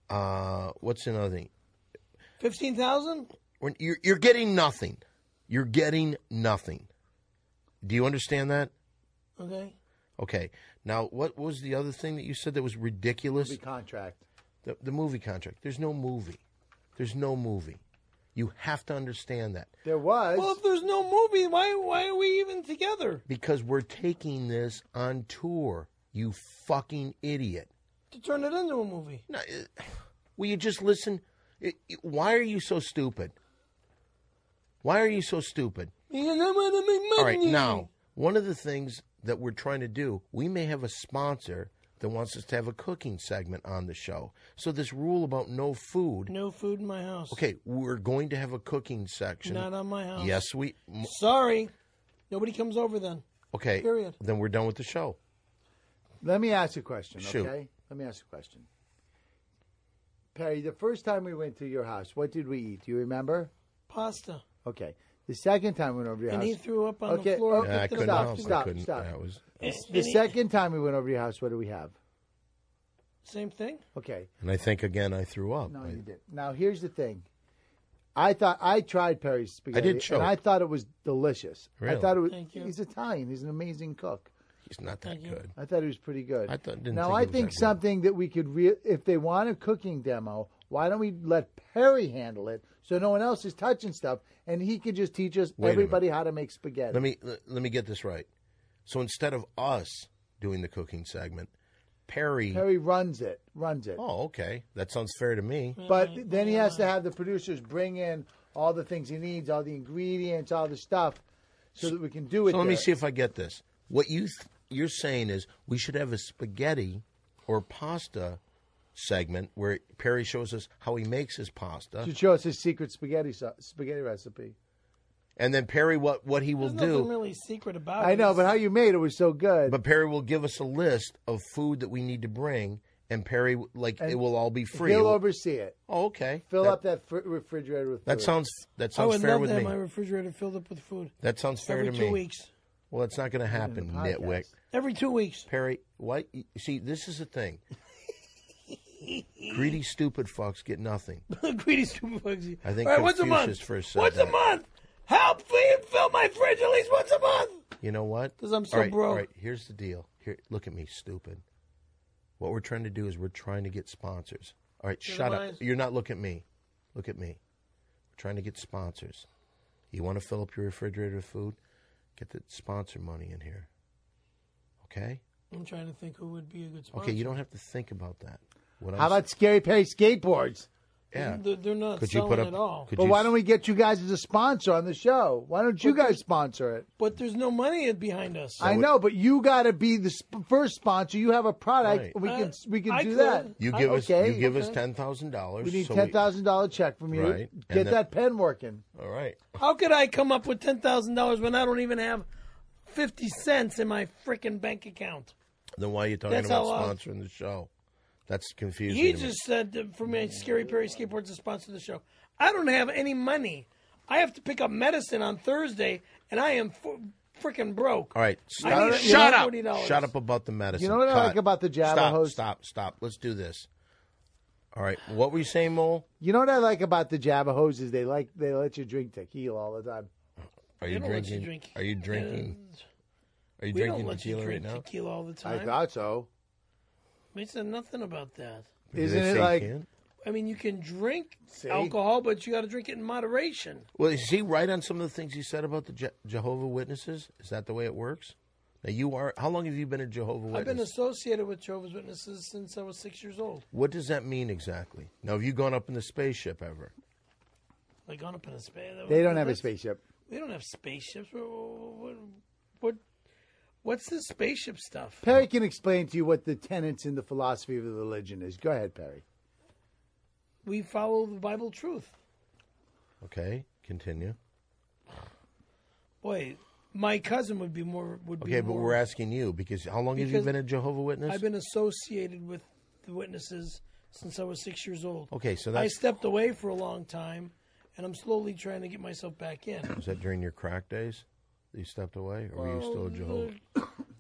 Speaker 2: Uh, what's another thing?
Speaker 3: Fifteen thousand.
Speaker 2: When you're, you're getting nothing. You're getting nothing. Do you understand that?
Speaker 3: Okay.
Speaker 2: Okay. Now, what was the other thing that you said that was ridiculous?
Speaker 1: The contract.
Speaker 2: The, the movie contract. There's no movie. There's no movie. You have to understand that
Speaker 1: There was.
Speaker 3: Well, if there's no movie, why why are we even together?
Speaker 2: because we're taking this on tour. You fucking idiot.
Speaker 3: to turn it into a movie.
Speaker 2: No, it- will you just listen? It- it- why are you so stupid? Why are you so stupid?
Speaker 3: Because I want to make money.
Speaker 2: All right,
Speaker 1: Mm-hmm.
Speaker 2: now, one of the things that we're trying to do, we may have a sponsor that wants us to have a cooking segment on the show. So, this rule about no food,
Speaker 3: No food in my house.
Speaker 2: okay, we're going to have a cooking section.
Speaker 3: Not on my house.
Speaker 2: Yes, we. m-
Speaker 3: Sorry. Nobody comes over then.
Speaker 2: Okay.
Speaker 3: Period.
Speaker 2: Then we're done with the show.
Speaker 1: Let me ask you a question,
Speaker 2: Shoot.
Speaker 1: okay? Let me ask you a question. Perry, the first time we went to your house, what did we eat? Do you remember?
Speaker 3: Pasta.
Speaker 1: Okay. The second time we went over to your
Speaker 3: And
Speaker 1: house.
Speaker 3: he threw up on
Speaker 1: Okay,
Speaker 3: the floor.
Speaker 1: okay.
Speaker 2: Yeah, I
Speaker 1: Stop,
Speaker 2: couldn't help. I
Speaker 1: stop,
Speaker 2: couldn't.
Speaker 1: stop.
Speaker 2: That was,
Speaker 1: the second time we went over to your house, what do we have?
Speaker 3: Same thing.
Speaker 1: Okay.
Speaker 2: and I think again I threw up.
Speaker 1: No,
Speaker 2: I-
Speaker 1: you did. Now here's the thing. I thought I tried Perry's spaghetti.
Speaker 2: choke.
Speaker 1: And I thought it was delicious. I
Speaker 2: Really?
Speaker 1: thought it was.
Speaker 3: Thank you.
Speaker 1: He's Italian. He's an amazing cook.
Speaker 2: he's not that
Speaker 3: Thank you.
Speaker 2: good.
Speaker 1: I thought it was pretty good.
Speaker 2: I thought- didn't
Speaker 1: now
Speaker 2: think
Speaker 1: I
Speaker 2: it was
Speaker 1: think
Speaker 2: that good.
Speaker 1: something that we could, re- if they want a cooking demo, why don't we let Perry handle it so no one else is touching stuff, and he could just teach us
Speaker 2: Wait a
Speaker 1: everybody how to make spaghetti.
Speaker 2: Let me let, let me get this right. So instead of us doing the cooking segment, Perry.
Speaker 1: Perry runs it, runs it.
Speaker 2: Oh, okay. That sounds fair to me.
Speaker 1: But then he has to have the producers bring in all the things he needs, all the ingredients, all the stuff, so that we can do it.
Speaker 2: So let me
Speaker 1: there.
Speaker 2: see if I get this. What you th- you're saying is we should have a spaghetti or pasta segment where Perry shows us how he makes his pasta,
Speaker 1: to show us his secret spaghetti so- spaghetti recipe.
Speaker 2: and then Perry what what he will
Speaker 3: There's nothing
Speaker 2: do.
Speaker 3: really secret about it.
Speaker 1: I know, but how you made it was so good.
Speaker 2: But Perry will give us a list of food that we need to bring, and Perry like it will all be free.
Speaker 1: He'll
Speaker 2: It will-
Speaker 1: oversee it.
Speaker 2: oh, okay.
Speaker 1: Fill
Speaker 2: that,
Speaker 1: up that fr- refrigerator with
Speaker 2: That
Speaker 1: food.
Speaker 2: sounds that
Speaker 3: I
Speaker 2: sounds
Speaker 3: would
Speaker 2: fair
Speaker 3: love
Speaker 2: with
Speaker 3: to have
Speaker 2: me.
Speaker 3: my refrigerator filled up with food
Speaker 2: That sounds fair
Speaker 3: every
Speaker 2: to
Speaker 3: two
Speaker 2: me.
Speaker 3: weeks.
Speaker 2: Well, it's not going to happen,
Speaker 1: podcast.
Speaker 2: nitwick.
Speaker 3: Every two weeks.
Speaker 2: Perry, why? you See, this is the thing. Greedy, stupid fucks get nothing.
Speaker 3: Greedy stupid bugsy.
Speaker 2: I think
Speaker 3: All right, once a month.
Speaker 2: Confucius first said
Speaker 3: once a
Speaker 2: that.
Speaker 3: month. Help fill fill my fridge at least once a month.
Speaker 2: You know what?
Speaker 3: 'Cause I'm so
Speaker 2: All right,
Speaker 3: broke.
Speaker 2: All right, here's the deal. Here, look at me, stupid. What we're trying to do is we're trying to get sponsors. All right, shut up.
Speaker 3: eyes.
Speaker 2: You're not looking at me. Look at me. We're trying to get sponsors. You want to fill up your refrigerator with food? Get the sponsor money in here. Okay?
Speaker 3: I'm trying to think who would be a good sponsor.
Speaker 2: Okay, you don't have to think about that. What
Speaker 1: How
Speaker 2: I'm
Speaker 1: about Scary Perry skateboards?
Speaker 2: Yeah.
Speaker 3: They're, they're not
Speaker 2: Could you
Speaker 3: selling
Speaker 2: put up?
Speaker 3: at all.
Speaker 2: Could
Speaker 1: But
Speaker 2: you,
Speaker 1: why don't we get you guys as a sponsor on the show? Why don't you guys sponsor it?
Speaker 3: But there's no money behind us.
Speaker 1: I know, but you got to be the sp- first sponsor. You have a product.
Speaker 2: Right.
Speaker 1: We can
Speaker 3: Uh,
Speaker 1: we can
Speaker 3: I
Speaker 1: do
Speaker 3: could.
Speaker 1: that.
Speaker 2: You give us.
Speaker 1: Oh, okay,
Speaker 2: You give us
Speaker 3: okay.
Speaker 2: ten thousand dollars.
Speaker 1: We need ten thousand dollar check from you.
Speaker 2: Right. And
Speaker 1: Get
Speaker 2: the-
Speaker 1: that pen working.
Speaker 2: All right.
Speaker 3: How could I come up with ten thousand dollars when I don't even have fifty cents in my freaking bank account?
Speaker 2: Then why are you talking
Speaker 3: That's
Speaker 2: about
Speaker 3: how, uh,
Speaker 2: sponsoring the show? That's confusing.
Speaker 3: He
Speaker 2: to me.
Speaker 3: just said that for me, Scary Perry Skateboards to sponsor the show. I don't have any money. I have to pick up medicine on Thursday, and I am f- freaking broke.
Speaker 2: All right.
Speaker 3: I
Speaker 2: Stop.
Speaker 3: need
Speaker 2: Shut up.
Speaker 3: $40.
Speaker 2: Shut up about the medicine.
Speaker 1: You know what I
Speaker 2: Cut.
Speaker 1: like about the
Speaker 2: Stop.
Speaker 1: Jabberwock?
Speaker 2: Stop. Stop. Let's do this. All right. What were you saying, Mole?
Speaker 1: You know what I like about the Jabahos is they like they let you drink tequila all the time.
Speaker 2: Are you
Speaker 3: don't let
Speaker 2: drinking?
Speaker 3: you drink. Uh,
Speaker 2: Are you drinking? Are you
Speaker 3: We don't
Speaker 2: drinking
Speaker 3: let you
Speaker 2: tequila right
Speaker 3: drink
Speaker 2: now?
Speaker 3: tequila all the
Speaker 1: I
Speaker 3: time.
Speaker 1: thought so.
Speaker 3: They said nothing about that.
Speaker 2: Do they
Speaker 1: Isn't it
Speaker 2: say you
Speaker 1: like-
Speaker 2: can?
Speaker 3: I mean, you can drink alcohol, but you got to drink it in moderation.
Speaker 2: Well, is he right on some of the things he said about the Je- Jehovah Witnesses? Is that the way it works? Now you are. How long have you been a Jehovah Witness?
Speaker 3: I've been associated with Jehovah's Witnesses since I was six years old.
Speaker 2: what does that mean exactly? Now, have you gone up in the spaceship ever?
Speaker 3: Like on up in a space.
Speaker 1: They don't have a spaceship.
Speaker 3: We don't have spaceships. What, what, what- what's this spaceship stuff?
Speaker 1: Perry can explain to you what the tenets in the philosophy of the religion is. Go ahead, Perry.
Speaker 3: We follow the Bible truth.
Speaker 2: Okay, continue.
Speaker 3: Boy, my cousin would be more. Would
Speaker 2: Okay,
Speaker 3: be
Speaker 2: but
Speaker 3: more,
Speaker 2: we're asking you because how long have you
Speaker 3: Because
Speaker 2: been a Jehovah Witness?
Speaker 3: I've been associated with the witnesses since I was six years old.
Speaker 2: Okay, so
Speaker 3: I
Speaker 2: that's-
Speaker 3: stepped away for a long time, and I'm slowly trying to get myself back in.
Speaker 2: Was that during your crack days? that You stepped away, or were you still a Jehovah?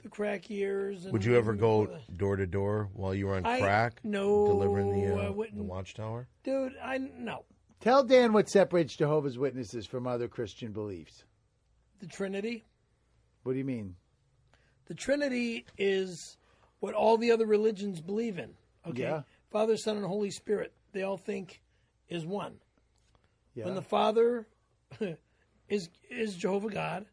Speaker 3: The crack years.
Speaker 2: Oh.
Speaker 3: And
Speaker 2: Would you ever go door to door while you were on
Speaker 3: I-
Speaker 2: crack?
Speaker 3: no,
Speaker 2: delivering the
Speaker 3: I
Speaker 2: uh, the
Speaker 3: wouldn't.
Speaker 2: watchtower.
Speaker 3: dude? I no
Speaker 1: Tell Dan what separates Jehovah's Witnesses from other Christian beliefs.
Speaker 3: the Trinity.
Speaker 1: What do you mean?
Speaker 3: The Trinity is what all the other religions believe in. Okay.
Speaker 1: Yeah.
Speaker 3: Father, Son, and Holy Spirit, they all think is one.
Speaker 1: Yeah.
Speaker 3: When the Father is is Jehovah God,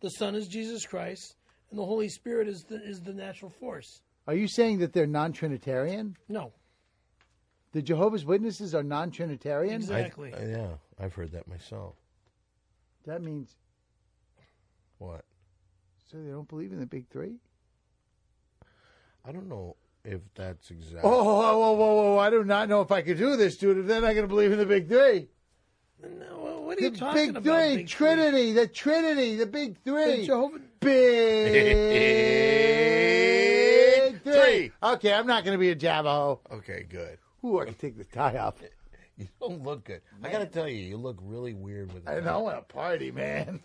Speaker 3: the Son is Jesus Christ, and the Holy Spirit is the is the natural force.
Speaker 1: Are you saying that they're non-Trinitarian?
Speaker 3: No.
Speaker 1: The Jehovah's Witnesses are non-Trinitarian.
Speaker 2: I-
Speaker 3: Exactly.
Speaker 2: I- yeah, I've heard that myself.
Speaker 1: That means
Speaker 2: What?
Speaker 1: so they don't believe in the big three.
Speaker 2: I don't know if that's exactly.
Speaker 1: Oh, whoa, whoa, whoa, whoa! I do not know if I could do this, dude. If they're not going to believe in the big three,
Speaker 3: No, what are
Speaker 1: the
Speaker 3: you talking
Speaker 1: big
Speaker 3: about?
Speaker 1: three,
Speaker 3: Big
Speaker 1: Trinity, the Trinity, the big
Speaker 3: Three?
Speaker 1: three.
Speaker 3: The Jehovah
Speaker 1: Big
Speaker 2: Three.
Speaker 1: three. Okay, I'm not going to be a Jabba.
Speaker 2: Okay, good.
Speaker 1: Ooh, I can take this tie off.
Speaker 2: You don't look good. I gotta tell you, you look really weird with
Speaker 1: I
Speaker 2: it.
Speaker 1: don't want to party, man.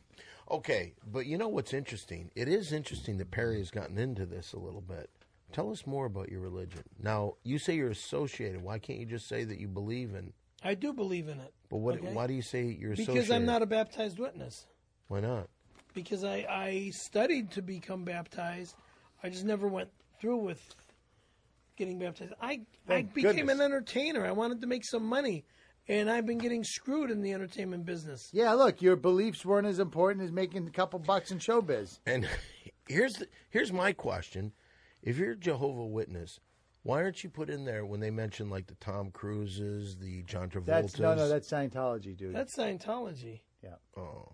Speaker 2: Okay, but you know what's interesting? It is interesting that Perry has gotten into this a little bit. Tell us more about your religion. Now, you say you're associated. Why can't you just say that you believe in?
Speaker 3: I do believe in it.
Speaker 2: But what?
Speaker 3: Okay.
Speaker 2: Why do you say you're associated?
Speaker 3: Because I'm not a baptized witness.
Speaker 2: Why not?
Speaker 3: because I, I studied to become baptized. I just never went through with getting baptized. I, I
Speaker 1: Thank
Speaker 3: became
Speaker 1: goodness.
Speaker 3: an entertainer. I wanted to make some money, and I've been getting screwed in the entertainment business.
Speaker 1: Yeah, look, your beliefs weren't as important as making a couple bucks in showbiz.
Speaker 2: And here's the, here's my question: If you're a Jehovah Witness, why aren't you put in there when they mention like the Tom Cruises, the John Travoltas?
Speaker 1: That's no, no, that's Scientology, dude.
Speaker 3: That's Scientology.
Speaker 1: yeah.
Speaker 2: Oh,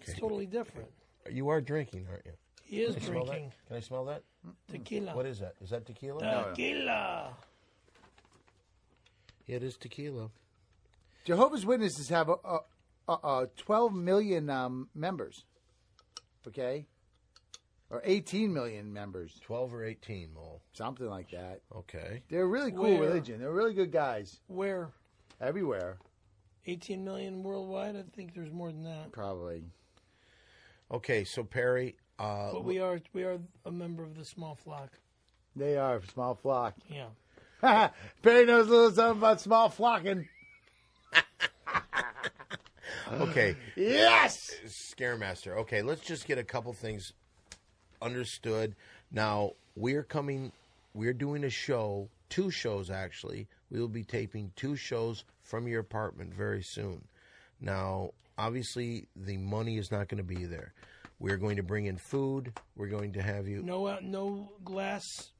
Speaker 3: It's totally different.
Speaker 2: you are drinking, aren't you?
Speaker 3: He is
Speaker 2: Smell that?
Speaker 3: drinking
Speaker 2: Can I smell that?
Speaker 3: tequila. Uh,
Speaker 2: What is that? Is that tequila?
Speaker 3: tequila?
Speaker 2: Yeah, it is tequila.
Speaker 1: Jehovah's Witnesses have a, a, a, a 12 million um, members, okay, or 18 million members,
Speaker 2: Twelve or eighteen, Mole.
Speaker 1: something like that.
Speaker 2: Okay.
Speaker 1: They're a really cool
Speaker 3: Where?
Speaker 1: religion. They're really good guys
Speaker 3: Where?
Speaker 1: everywhere,
Speaker 3: 18 million worldwide? I think there's more than that.
Speaker 1: probably.
Speaker 2: Okay, so Perry, uh,
Speaker 3: But we are we are a member of the small flock.
Speaker 1: They are a small flock.
Speaker 3: Yeah.
Speaker 1: Barry knows a little something about small flocking.
Speaker 2: okay,
Speaker 1: Yes!
Speaker 2: Scaremaster. Okay, let's just get a couple things understood. Now we're coming. We're doing a show, two shows actually. We will be taping two shows from your apartment very soon. Now, obviously, the money is not going to be there. We're going to bring in food. We're going to have you.
Speaker 3: No uh, no glass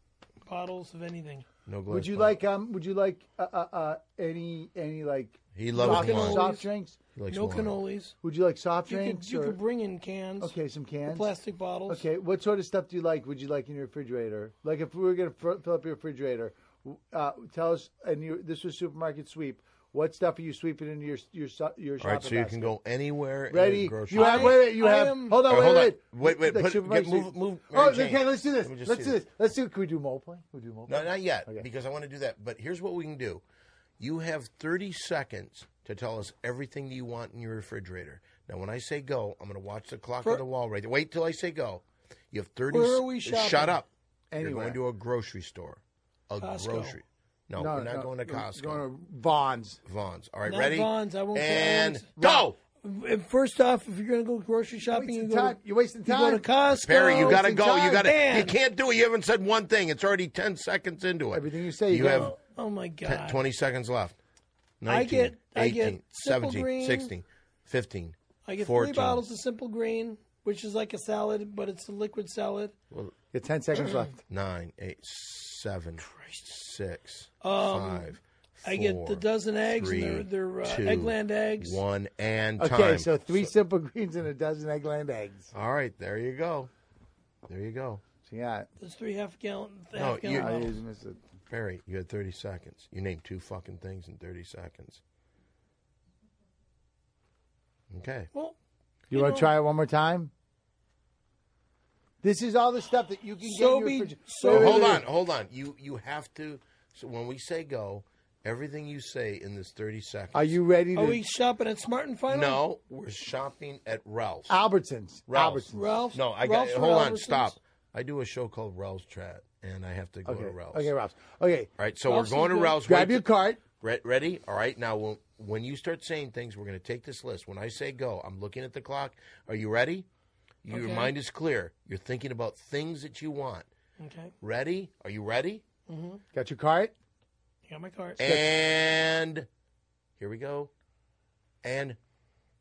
Speaker 3: bottles of anything.
Speaker 2: No glass
Speaker 1: Would you
Speaker 2: bottle.
Speaker 1: like um? Would you like uh, uh, uh any any like
Speaker 2: He
Speaker 1: soft,
Speaker 2: loves wine.
Speaker 1: soft drinks?
Speaker 2: He likes
Speaker 3: no
Speaker 2: wine.
Speaker 3: cannolis.
Speaker 1: Would you like soft
Speaker 3: You
Speaker 1: drinks?
Speaker 3: could you
Speaker 1: or-
Speaker 3: could bring in cans,
Speaker 1: okay, some cans.
Speaker 3: plastic bottles.
Speaker 1: Okay, what sort of stuff do you like? Would you like in your refrigerator? Like if we were going to fr- fill up your refrigerator, w- uh, tell us. And you, this was supermarket sweep. What stuff are you sweeping into your your so- your shopping
Speaker 2: All right, so you
Speaker 1: basket?
Speaker 2: can go anywhere.
Speaker 1: Ready?
Speaker 2: In grocery
Speaker 1: You have
Speaker 3: I-
Speaker 1: wait, wait, you
Speaker 3: I
Speaker 1: have.
Speaker 3: am-
Speaker 1: Hold on,
Speaker 2: All right,
Speaker 1: wait,
Speaker 2: hold on.
Speaker 1: wait,
Speaker 2: Wait, wait,
Speaker 1: Like
Speaker 2: put-
Speaker 1: supermarket
Speaker 2: get- move-
Speaker 1: sweep.
Speaker 2: move, Mary
Speaker 1: Oh,
Speaker 2: Jane.
Speaker 1: okay, let's do this.
Speaker 2: Let me just
Speaker 1: Let's
Speaker 2: do
Speaker 1: do
Speaker 2: this.
Speaker 1: this. Let's do. Can we do mole play? Can we do mole play?
Speaker 2: No, not yet,
Speaker 1: Okay.
Speaker 2: because I want to do that. But here's what we can do: you have 30 seconds to tell us everything you want in your refrigerator. Now, when I say go, I'm going to watch the clock on the wall right there. Wait till I say go. You have 30.
Speaker 3: Where
Speaker 2: s-
Speaker 3: are we
Speaker 2: Shut
Speaker 3: shopping?
Speaker 2: up. You're
Speaker 1: Anywhere.
Speaker 2: going to a grocery store. A
Speaker 3: Costco.
Speaker 2: grocery. No,
Speaker 1: No,
Speaker 2: we're not
Speaker 1: no,
Speaker 2: going to
Speaker 1: we're
Speaker 2: Costco.
Speaker 1: Going to Vaughn's.
Speaker 2: Vaughn's. All right,
Speaker 3: Not
Speaker 2: ready?
Speaker 3: Vaughn's, I won't say- I
Speaker 2: And
Speaker 3: won't-
Speaker 2: go.
Speaker 3: If- First off, if you're going to go grocery shopping,
Speaker 1: Wasting
Speaker 3: you go to-
Speaker 1: time. You're wasting
Speaker 3: You go to
Speaker 1: time.
Speaker 3: Costco.
Speaker 2: Barry, you got to
Speaker 1: in
Speaker 2: go. You
Speaker 1: time.
Speaker 2: got to. You
Speaker 3: Man.
Speaker 2: can't do it. You haven't said one thing. It's already 10 seconds into it.
Speaker 1: Everything you say, you
Speaker 2: You
Speaker 1: gotta-
Speaker 2: have
Speaker 3: Oh my
Speaker 2: 10
Speaker 3: god.
Speaker 2: 20 seconds left. 19,
Speaker 3: I get- I get
Speaker 2: 18,
Speaker 3: Simple
Speaker 2: 17,
Speaker 3: Green.
Speaker 2: 16, 15.
Speaker 3: I get
Speaker 2: 14.
Speaker 3: three bottles of Simple Green, which is like a salad, but it's a liquid salad.
Speaker 1: You have ten seconds left.
Speaker 2: 9, 8, 7, 6, 5,
Speaker 3: Um, I get the
Speaker 2: four,
Speaker 3: dozen eggs,
Speaker 2: three,
Speaker 3: and they're, they're uh,
Speaker 2: two,
Speaker 3: eggland eggs.
Speaker 2: 1, and
Speaker 1: Okay,
Speaker 2: time.
Speaker 1: so three simple greens and a dozen eggland eggs.
Speaker 2: All right, there you go. There you go.
Speaker 1: So yeah,
Speaker 3: There's three half gallon.
Speaker 2: No,
Speaker 3: Half
Speaker 2: you-
Speaker 1: I
Speaker 3: gallon bottles.
Speaker 1: just missed it.
Speaker 2: Barry, you had 30 seconds. You named two fucking things in 30 seconds. Okay.
Speaker 3: well,
Speaker 1: You,
Speaker 3: You
Speaker 1: want
Speaker 3: know-
Speaker 1: to try it one more time? This is all the stuff that you can get. in
Speaker 3: Sobe-
Speaker 1: your refrigerator.
Speaker 3: Sobe-
Speaker 1: Wait, wait,
Speaker 2: hold
Speaker 1: wait.
Speaker 2: on, hold on. You you have to. So when we say go, everything you say in this thirty seconds.
Speaker 1: Are you ready to?
Speaker 3: are we shopping at Smart and Final?
Speaker 2: No, we're shopping at Ralph's.
Speaker 1: Albertsons.
Speaker 2: Ralph's.
Speaker 1: Albertsons.
Speaker 3: Ralph.
Speaker 2: No, I got.
Speaker 3: Ralph's or
Speaker 2: Hold on,
Speaker 3: Albertsons?
Speaker 2: stop. I do a show called Ralph's Chat, and I have to go
Speaker 1: Okay.
Speaker 2: to Ralph's.
Speaker 1: Okay, Ralph's. Okay,
Speaker 2: All right, so
Speaker 3: Ralph's
Speaker 2: we're going
Speaker 3: is
Speaker 2: to
Speaker 3: good.
Speaker 2: Ralph's.
Speaker 1: grab
Speaker 2: Wait-
Speaker 1: your cart.
Speaker 2: Re- ready? All right. Now, when, when you start saying things, we're going to take this list. When I say go, I'm looking at the clock. Are you ready? You- Your
Speaker 3: Okay.
Speaker 2: mind is clear. You're thinking about things that you want.
Speaker 3: Okay,
Speaker 2: Ready? Are you ready?
Speaker 1: Got your cart.
Speaker 3: I got my cart.
Speaker 2: And here we go. And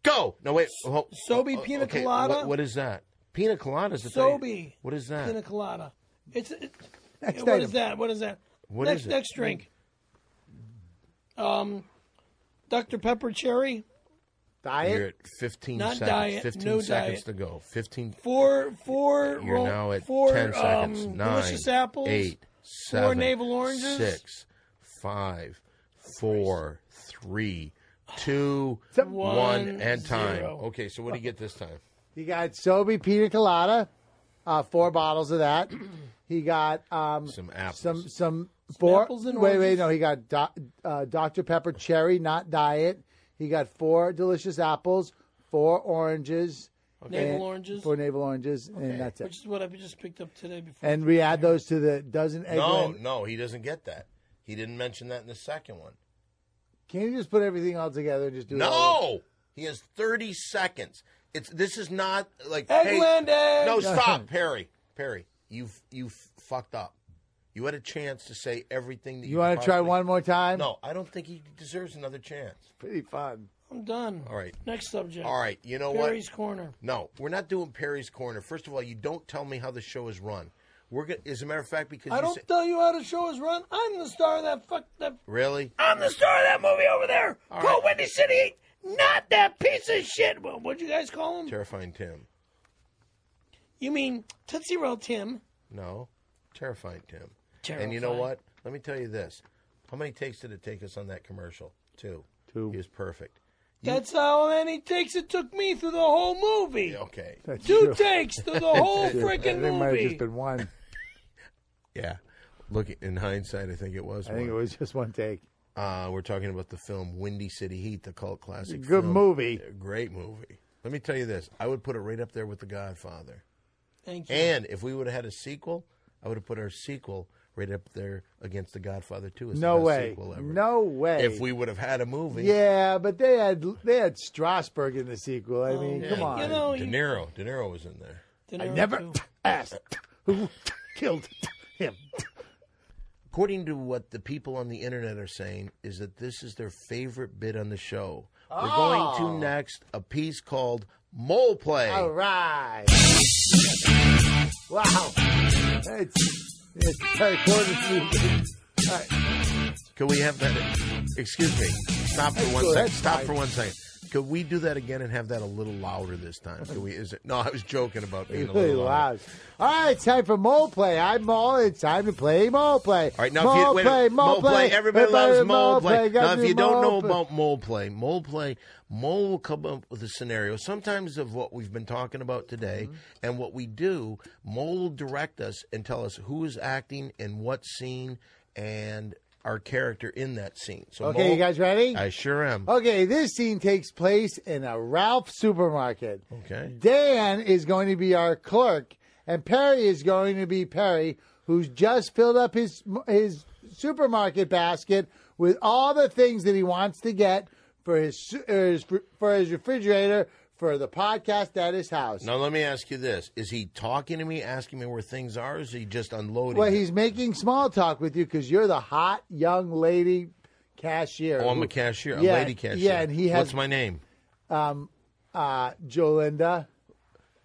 Speaker 2: go. No, wait. Oh,
Speaker 3: Sobe
Speaker 2: oh,
Speaker 3: pina
Speaker 2: okay,
Speaker 3: colada?
Speaker 2: what- what is that? Pina colada is the
Speaker 3: Sobe.
Speaker 2: What is that?
Speaker 3: Pina colada. It's it,
Speaker 1: Next
Speaker 3: what
Speaker 1: item.
Speaker 3: is that? What is that?
Speaker 2: What
Speaker 3: next
Speaker 2: is it?
Speaker 3: next drink. Um, Dr Pepper cherry.
Speaker 2: You're
Speaker 1: Diet.
Speaker 2: at 15
Speaker 3: Not
Speaker 2: seconds.
Speaker 3: diet,
Speaker 2: 15
Speaker 3: no
Speaker 2: seconds
Speaker 3: diet.
Speaker 2: to go. 15.
Speaker 3: Four four.
Speaker 2: You're
Speaker 3: roll-
Speaker 2: now at
Speaker 3: four,
Speaker 2: 10 seconds.
Speaker 3: Um,
Speaker 2: Nine.
Speaker 3: delicious apples.
Speaker 2: Eight. Seven.
Speaker 3: navel oranges.
Speaker 2: Six. Five. Four. Three. Two.
Speaker 1: Seven.
Speaker 2: one,
Speaker 3: One,
Speaker 2: and time.
Speaker 3: zero.
Speaker 2: Okay, so what do you get this time?
Speaker 1: He got Sobe pina colada, uh, four bottles of that. He got um,
Speaker 2: Some apples.
Speaker 1: some some four.
Speaker 3: apples and
Speaker 1: wait, wait,
Speaker 3: oranges.
Speaker 1: no. He got Do- uh, Dr Pepper cherry, not diet. He got four delicious apples, four oranges,
Speaker 3: Navel
Speaker 1: and-
Speaker 3: oranges.
Speaker 1: four navel oranges, and that's it.
Speaker 3: Which is what I just picked up today before.
Speaker 1: And we add those to the dozen egg.
Speaker 2: No,
Speaker 1: white-
Speaker 2: no, he doesn't get that. He didn't mention that in the second one.
Speaker 1: Can you just put everything all together and just do it all?
Speaker 2: No, he has thirty seconds. It's this is not like
Speaker 3: Eggland
Speaker 2: hey,
Speaker 3: egg.
Speaker 2: No, stop, Perry. Perry, you've you've fucked up. You had a chance to say everything that you.
Speaker 1: You want
Speaker 2: could
Speaker 1: to try
Speaker 2: possibly-
Speaker 1: one more time?
Speaker 2: No, I don't think he deserves another chance.
Speaker 1: Pretty fun.
Speaker 3: I'm done.
Speaker 2: All right.
Speaker 3: Next subject.
Speaker 2: All right, you know
Speaker 3: Perry's
Speaker 2: what?
Speaker 3: corner.
Speaker 2: No, we're not doing Perry's corner. First of all, you don't tell me how the show is run. We're go- as a matter of fact because
Speaker 3: I
Speaker 2: you
Speaker 3: don't
Speaker 2: say-
Speaker 3: tell you how the show is run. I'm the star of that fuck that.
Speaker 2: really.
Speaker 3: I'm the star of that movie over there.
Speaker 2: All
Speaker 3: Call
Speaker 2: right.
Speaker 3: Windy City. Not that piece of shit. What, what'd you guys call him?
Speaker 2: Terrifying Tim.
Speaker 3: You mean Tootsie Roll Tim?
Speaker 2: No, terrifying Tim. And
Speaker 3: Terrifying.
Speaker 2: you know what? Let me tell you this. How many takes did it take us on that commercial? Two. Two. He was perfect.
Speaker 3: That's how many takes it took me through the whole movie.
Speaker 2: Okay.
Speaker 3: Two takes through the whole
Speaker 1: I
Speaker 3: freaking
Speaker 1: think it might have
Speaker 3: movie.
Speaker 1: just been one.
Speaker 2: Yeah. Look, in hindsight, I think it was.
Speaker 1: I think it
Speaker 2: one.
Speaker 1: was just one take.
Speaker 2: Uh, we're talking about the film Windy City Heat, the cult classic.
Speaker 1: Good
Speaker 2: film.
Speaker 1: movie.
Speaker 2: Great movie. Let me tell you this. I would put it right up there with The Godfather.
Speaker 3: Thank you.
Speaker 2: And if we would have had a sequel, I would have put our sequel right up there against The Godfather 2. It's
Speaker 1: No
Speaker 2: the best
Speaker 1: way.
Speaker 2: Sequel ever.
Speaker 1: No way.
Speaker 2: If we would have had a movie.
Speaker 1: yeah, but they had they had Strasburg in the sequel. I mean,
Speaker 2: Yeah,
Speaker 1: come on.
Speaker 3: Oh,
Speaker 2: De
Speaker 3: You know, you-
Speaker 2: Niro. De Niro was in there.
Speaker 3: Then
Speaker 1: I
Speaker 3: there are
Speaker 1: never
Speaker 3: two.
Speaker 1: asked who killed him.
Speaker 2: according to what the people on the internet are saying, is that this is their favorite bit on the show. We're going to next a piece called Mole Play.
Speaker 1: All right. Wow. It's it's very quarter to
Speaker 2: Could we have that? Excuse me. Stop for one
Speaker 1: Go
Speaker 2: second.
Speaker 1: ahead,
Speaker 2: Stop
Speaker 1: Mike.
Speaker 2: for one second. Could we do that again and have that a little louder this time? Could we? Is it? No, I was joking about being a
Speaker 1: Really
Speaker 2: little louder.
Speaker 1: loud. All right, it's time for mole play. I'm mole. It's time to play mole play.
Speaker 2: All right, now if you, wait, a minute. mole play, everybody loves mole play. Now, if you don't know about mole play, mole play, mole will come up with a scenario, sometimes of what we've been talking about today,
Speaker 1: Mm-hmm.
Speaker 2: and what we do, mole will direct us and tell us who is acting in what scene and our character in that scene. So
Speaker 1: Okay,
Speaker 2: Mole-
Speaker 1: you guys ready? Oh.
Speaker 2: I sure am.
Speaker 1: Okay, this scene takes place in a Ralph supermarket.
Speaker 2: Okay.
Speaker 1: Dan is going to be our clerk, and Perry is going to be Perry, who's just filled up his his supermarket basket with all the things that he wants to get for his su- er, his fr- for his refrigerator for the podcast at his house.
Speaker 2: Now let me ask you this: Is he talking to me, asking me where things are? Or is he just unloading?
Speaker 1: Well,
Speaker 2: it?
Speaker 1: he's making small talk with you because you're the hot young lady cashier.
Speaker 2: oh, I'm
Speaker 1: who-
Speaker 2: a cashier, a
Speaker 1: Yeah,
Speaker 2: lady cashier.
Speaker 1: yeah, and he has-
Speaker 2: What's my name?
Speaker 1: uh, Jolinda.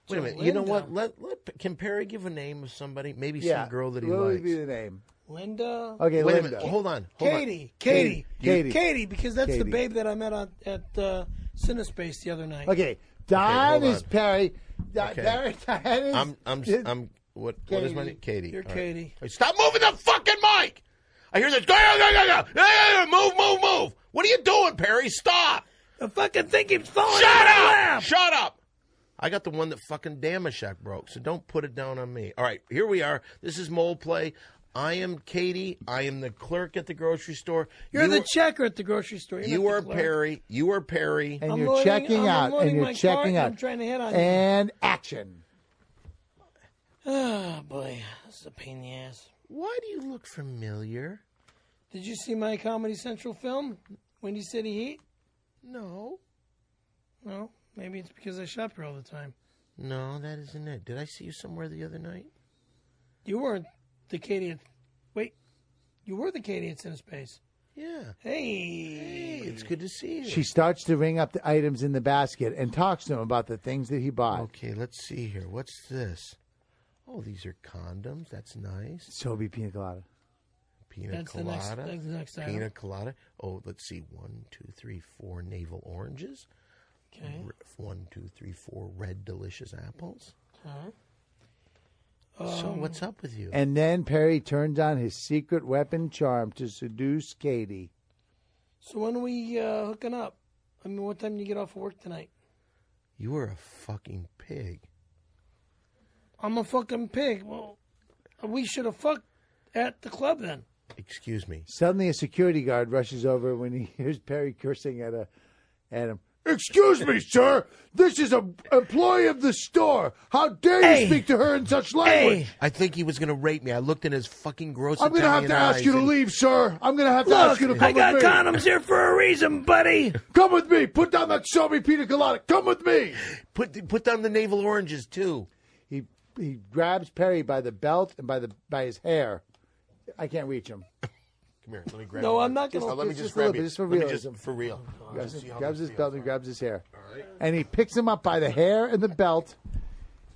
Speaker 2: Wait a minute. You know what? Let, let can Perry give a name of somebody? Maybe
Speaker 1: Yeah,
Speaker 2: some girl that he
Speaker 1: what
Speaker 2: likes.
Speaker 1: would be the name?
Speaker 3: Linda.
Speaker 1: Okay,
Speaker 2: Wait a
Speaker 1: Linda.
Speaker 2: minute. Hold on. Hold on.
Speaker 3: Katie, Katie,
Speaker 1: Katie.
Speaker 3: Katie, because that's the
Speaker 1: Katie.
Speaker 3: babe that I met on, at uh, Cinespace the other night.
Speaker 1: Okay, Don
Speaker 2: hold on.
Speaker 1: is Perry. Don,
Speaker 2: Okay.
Speaker 1: Perry, Don is.
Speaker 2: I'm I'm
Speaker 1: is-
Speaker 2: I'm what what is my
Speaker 1: Katie.
Speaker 2: name? Katie.
Speaker 3: You're
Speaker 2: All right.
Speaker 3: Katie.
Speaker 2: Hey, Stop moving the fucking mic. I hear this. Move, move, move. What are you doing, Perry? Stop.
Speaker 3: The fucking thing keeps falling.
Speaker 2: Shut
Speaker 3: out of my
Speaker 2: up!
Speaker 3: lap!
Speaker 2: Shut up! I got the one that fucking Damashek broke, so don't put it down on me. All right, here we are. This is Mole Play. I am Katie. I am the clerk at the grocery store.
Speaker 3: You're
Speaker 2: You-
Speaker 3: the checker at the grocery store. You're
Speaker 2: You
Speaker 3: not the
Speaker 2: are
Speaker 3: clerk.
Speaker 2: Perry. You are Perry.
Speaker 1: and
Speaker 3: I'm
Speaker 1: you're
Speaker 3: loading-
Speaker 1: checking
Speaker 3: I'm
Speaker 1: out, and
Speaker 3: unloading
Speaker 1: you're
Speaker 3: my
Speaker 1: checking
Speaker 3: cart and
Speaker 1: out.
Speaker 3: I'm trying to hit on you.
Speaker 1: and action.
Speaker 3: Oh boy, this is a pain in the ass.
Speaker 2: Why do you look familiar?
Speaker 3: Did you see my Comedy Central film, Windy City Heat?
Speaker 2: No.
Speaker 3: No, maybe it's because I shop here all the time.
Speaker 2: No, that isn't it. Did I see you somewhere the other night?
Speaker 3: You weren't the Katie. At, wait, you were the Katie at Cinespace.
Speaker 2: Yeah. Hey,
Speaker 3: Hey,
Speaker 2: it's good to see you.
Speaker 1: She starts to ring up the items in the basket and talks to him about the things that he bought.
Speaker 2: Okay, let's see here. What's this? Oh, these are condoms. That's nice.
Speaker 1: Sobe pina colada.
Speaker 2: Pina
Speaker 3: That's the next-
Speaker 2: colada.
Speaker 3: that's the next
Speaker 2: pina
Speaker 3: item.
Speaker 2: colada. Oh, let's see. One, two, three, four navel oranges.
Speaker 3: Okay.
Speaker 2: R- One, two, three, four red delicious apples.
Speaker 3: Huh?
Speaker 2: so
Speaker 3: Um,
Speaker 2: what's up with you?
Speaker 1: And then Perry turns on his secret weapon charm to seduce Katie.
Speaker 3: So when are we uh, hooking up? I mean, what time do you get off of work tonight?
Speaker 2: you are a fucking pig.
Speaker 3: I'm a fucking pig. Well, we should have fucked at the club then.
Speaker 2: Excuse me.
Speaker 1: Suddenly, a security guard rushes over when he hears Perry cursing at a at him. Excuse me, sir. This is a employee of the store. How dare you
Speaker 3: Hey.
Speaker 1: speak to her in such language?
Speaker 3: Hey,
Speaker 2: I think he was going to rape me. I looked in his fucking gross
Speaker 1: I'm gonna have
Speaker 2: Italian
Speaker 1: to ask
Speaker 2: eyes
Speaker 1: you to
Speaker 2: and-
Speaker 1: leave, sir. I'm gonna have to ask
Speaker 3: look,
Speaker 1: you to come
Speaker 3: I got
Speaker 1: with me.
Speaker 3: condoms here for a reason, buddy.
Speaker 1: Come with me. Put down that shabby pina colada. Come with me.
Speaker 2: Put, put down the navel oranges, too.
Speaker 1: He he grabs Perry by the belt and by the by his hair. I can't reach him.
Speaker 2: Come here. Let me grab
Speaker 3: No,
Speaker 2: you.
Speaker 3: I'm not gonna-
Speaker 2: Now, let me
Speaker 1: Just- just a
Speaker 2: just, grab
Speaker 1: little
Speaker 2: you.
Speaker 1: bit, just for
Speaker 2: Let me
Speaker 1: realism.
Speaker 2: for real.
Speaker 1: Grabs,
Speaker 2: Just see how
Speaker 1: grabs
Speaker 2: this
Speaker 1: his
Speaker 2: feels.
Speaker 1: belt and grabs his hair, and he picks him up by the hair and the belt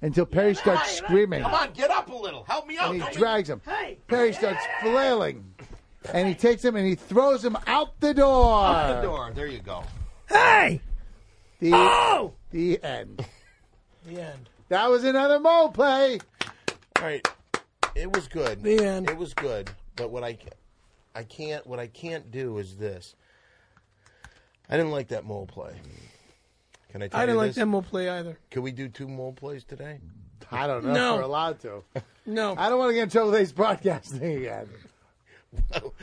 Speaker 1: until Perry starts screaming.
Speaker 2: Come on, get up a little. Help me out.
Speaker 1: and he
Speaker 2: Don't be-
Speaker 1: drags him. Perry starts flailing, and he takes him and he throws him out the door.
Speaker 2: the door. There you go.
Speaker 3: Hey,
Speaker 1: The,
Speaker 3: oh,
Speaker 1: the end.
Speaker 3: the end.
Speaker 1: That was another mole play.
Speaker 2: All right. It was good.
Speaker 3: The end.
Speaker 2: It was good. But what I, ca- I can't, what I can't do is this. I didn't like that mole play. Can I tell
Speaker 3: I didn't
Speaker 2: you
Speaker 3: like
Speaker 2: this?
Speaker 3: that mole play either.
Speaker 2: Can we do two mole plays today?
Speaker 1: I don't know
Speaker 3: No.
Speaker 1: if we're allowed to.
Speaker 3: No,
Speaker 1: I don't want to get in trouble with Ace Broadcasting again.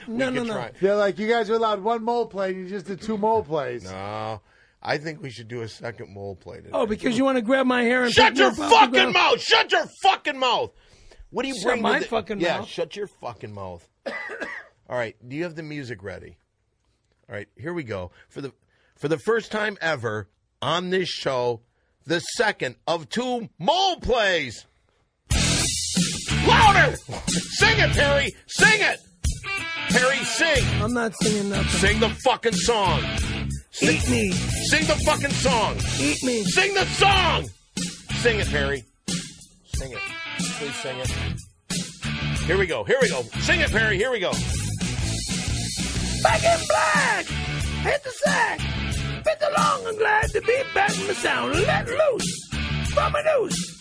Speaker 2: no,
Speaker 3: no, no.
Speaker 1: They're like, you guys are allowed one mole play, and you just did two mole plays.
Speaker 2: No, Uh, I think we should do a second mole play today.
Speaker 3: oh, because you want to grab my hair and
Speaker 2: Shut
Speaker 3: pick me
Speaker 2: your
Speaker 3: up off the
Speaker 2: fucking
Speaker 3: ground?
Speaker 2: mouth! Shut your fucking mouth! What do you
Speaker 3: Shut
Speaker 2: bring? to
Speaker 3: my
Speaker 2: the-
Speaker 3: fucking
Speaker 2: yeah,
Speaker 3: mouth.
Speaker 2: shut your fucking mouth. All right, do you have the music ready? All right, here we go. For the for the first time ever on this show, the second of two mole plays. Louder! Sing it, Perry! Sing it! Perry, sing!
Speaker 3: I'm not singing nothing.
Speaker 2: Sing the fucking song! Sing,
Speaker 3: Eat me,
Speaker 2: sing the fucking song!
Speaker 3: eat me.
Speaker 2: Sing the song! Sing it, Perry. Sing it. Please sing it. Here we go. Here we go. Sing it, Perry. Here we go.
Speaker 3: Back in black! Hit the sack! Bit along, I'm glad to be back in the sound. Let loose from a noose.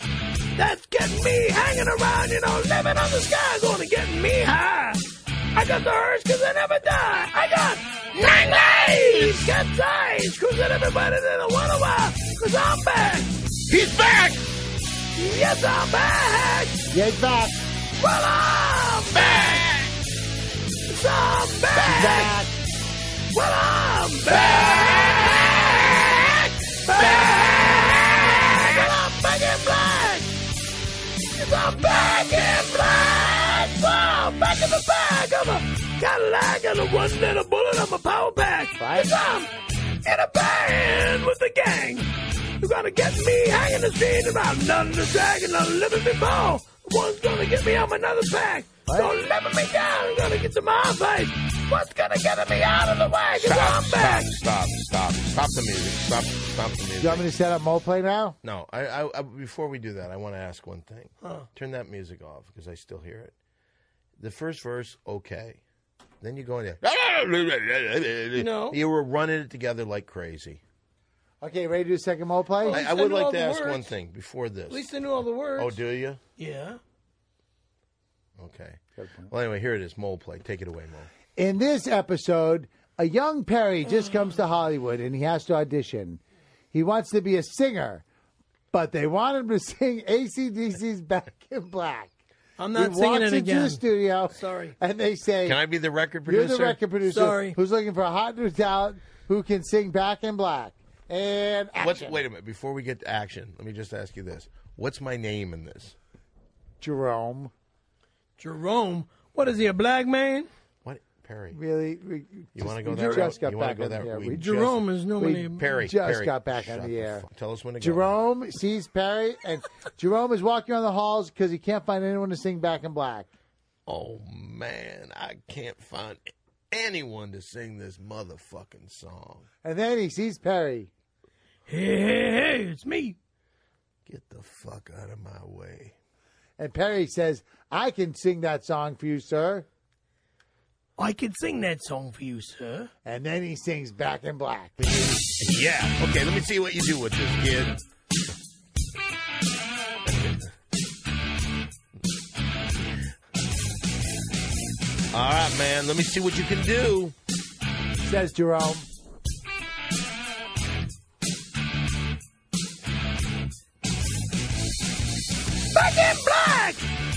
Speaker 3: That's getting me hanging around, you know, living on the sky, gonna get me high. I got the urge cause I never die. I got nine lives, got eyes, cruising everybody in a one a while, cause I'm back. He's back! Yes, I'm back!
Speaker 1: Yes, back.
Speaker 3: Well, I'm back! Yes, I'm back!
Speaker 1: Back.
Speaker 3: Well, I'm back! Back! Well, I'm back in black! Yes, I'm back in black! Well, I'm back in the bag! I'm a Cadillac and a one and a bullet. I'm a power pack!
Speaker 1: Right.
Speaker 3: Yes, I'm in a band with the gang! You're gonna get me hanging the street about none of the dragon, none of living before. One's gonna get me on another pack.
Speaker 1: Right.
Speaker 3: Don't let me down. I'm gonna get to my face. What's gonna get me out of the way? Cause I'm back.
Speaker 2: stop, stop, stop the music. Stop, stop the music.
Speaker 1: Do you want me to set up mole play now?
Speaker 2: No, I, I, I before we do that, I want to ask one thing. Turn that music off because I still hear it. The first verse, okay. Then you go in there.
Speaker 3: No.
Speaker 2: you were running it together like crazy.
Speaker 1: Okay, ready to do a second mole play?
Speaker 2: I,
Speaker 3: least
Speaker 2: I
Speaker 3: I
Speaker 2: would
Speaker 3: knew
Speaker 2: like
Speaker 3: all
Speaker 2: to
Speaker 3: the
Speaker 2: ask
Speaker 3: words.
Speaker 2: one thing before this.
Speaker 3: At least I knew all the words.
Speaker 2: oh, do you?
Speaker 3: Yeah.
Speaker 2: Okay. Well, anyway, here it is. Mole play. Take it away, Mole.
Speaker 1: In this episode, a young Perry just comes to Hollywood and he has to audition. He wants to be a singer, but they want him to sing ACDC's Back in Black.
Speaker 3: I'm
Speaker 1: he
Speaker 3: not singing
Speaker 1: walks
Speaker 3: it
Speaker 1: into
Speaker 3: again.
Speaker 1: the studio.
Speaker 3: Sorry.
Speaker 1: And they say,
Speaker 2: Can I be the record
Speaker 1: You're
Speaker 2: producer?
Speaker 1: the record producer
Speaker 3: Sorry.
Speaker 1: who's looking for a hot new talent who can sing Back in Black. And
Speaker 2: What's,
Speaker 1: action.
Speaker 2: wait a minute. Before we get to action, let me just ask you this. What's my name in this?
Speaker 1: Jerome.
Speaker 3: Jerome, what is he, a black man?
Speaker 2: What? Perry.
Speaker 1: Really? We,
Speaker 2: You want to go
Speaker 1: we
Speaker 2: that route?
Speaker 1: just got
Speaker 2: you wanna
Speaker 1: back
Speaker 2: go
Speaker 1: on
Speaker 2: that
Speaker 1: the air.
Speaker 2: we
Speaker 1: We
Speaker 2: just-
Speaker 3: Jerome is normally.
Speaker 1: we-
Speaker 2: Perry
Speaker 1: just
Speaker 2: Perry,
Speaker 1: got back on
Speaker 2: shut
Speaker 1: the air.
Speaker 2: fuck- tell us when to go.
Speaker 1: Jerome sees Perry, and Jerome is walking around the halls because he can't find anyone to sing Back in Black.
Speaker 2: Oh man, I can't find anyone to sing this motherfucking song.
Speaker 1: And then he sees Perry.
Speaker 3: Hey, hey, hey, it's me.
Speaker 2: Get the fuck out of my way.
Speaker 1: And Perry says, I can sing that song for you, sir.
Speaker 3: I can sing that song for you, sir.
Speaker 1: And then he sings Back in Black.
Speaker 2: Yeah. Okay, let me see what you do with this kid. All right, man. Let me see what you can do.
Speaker 1: Says Jerome.
Speaker 3: Back in black!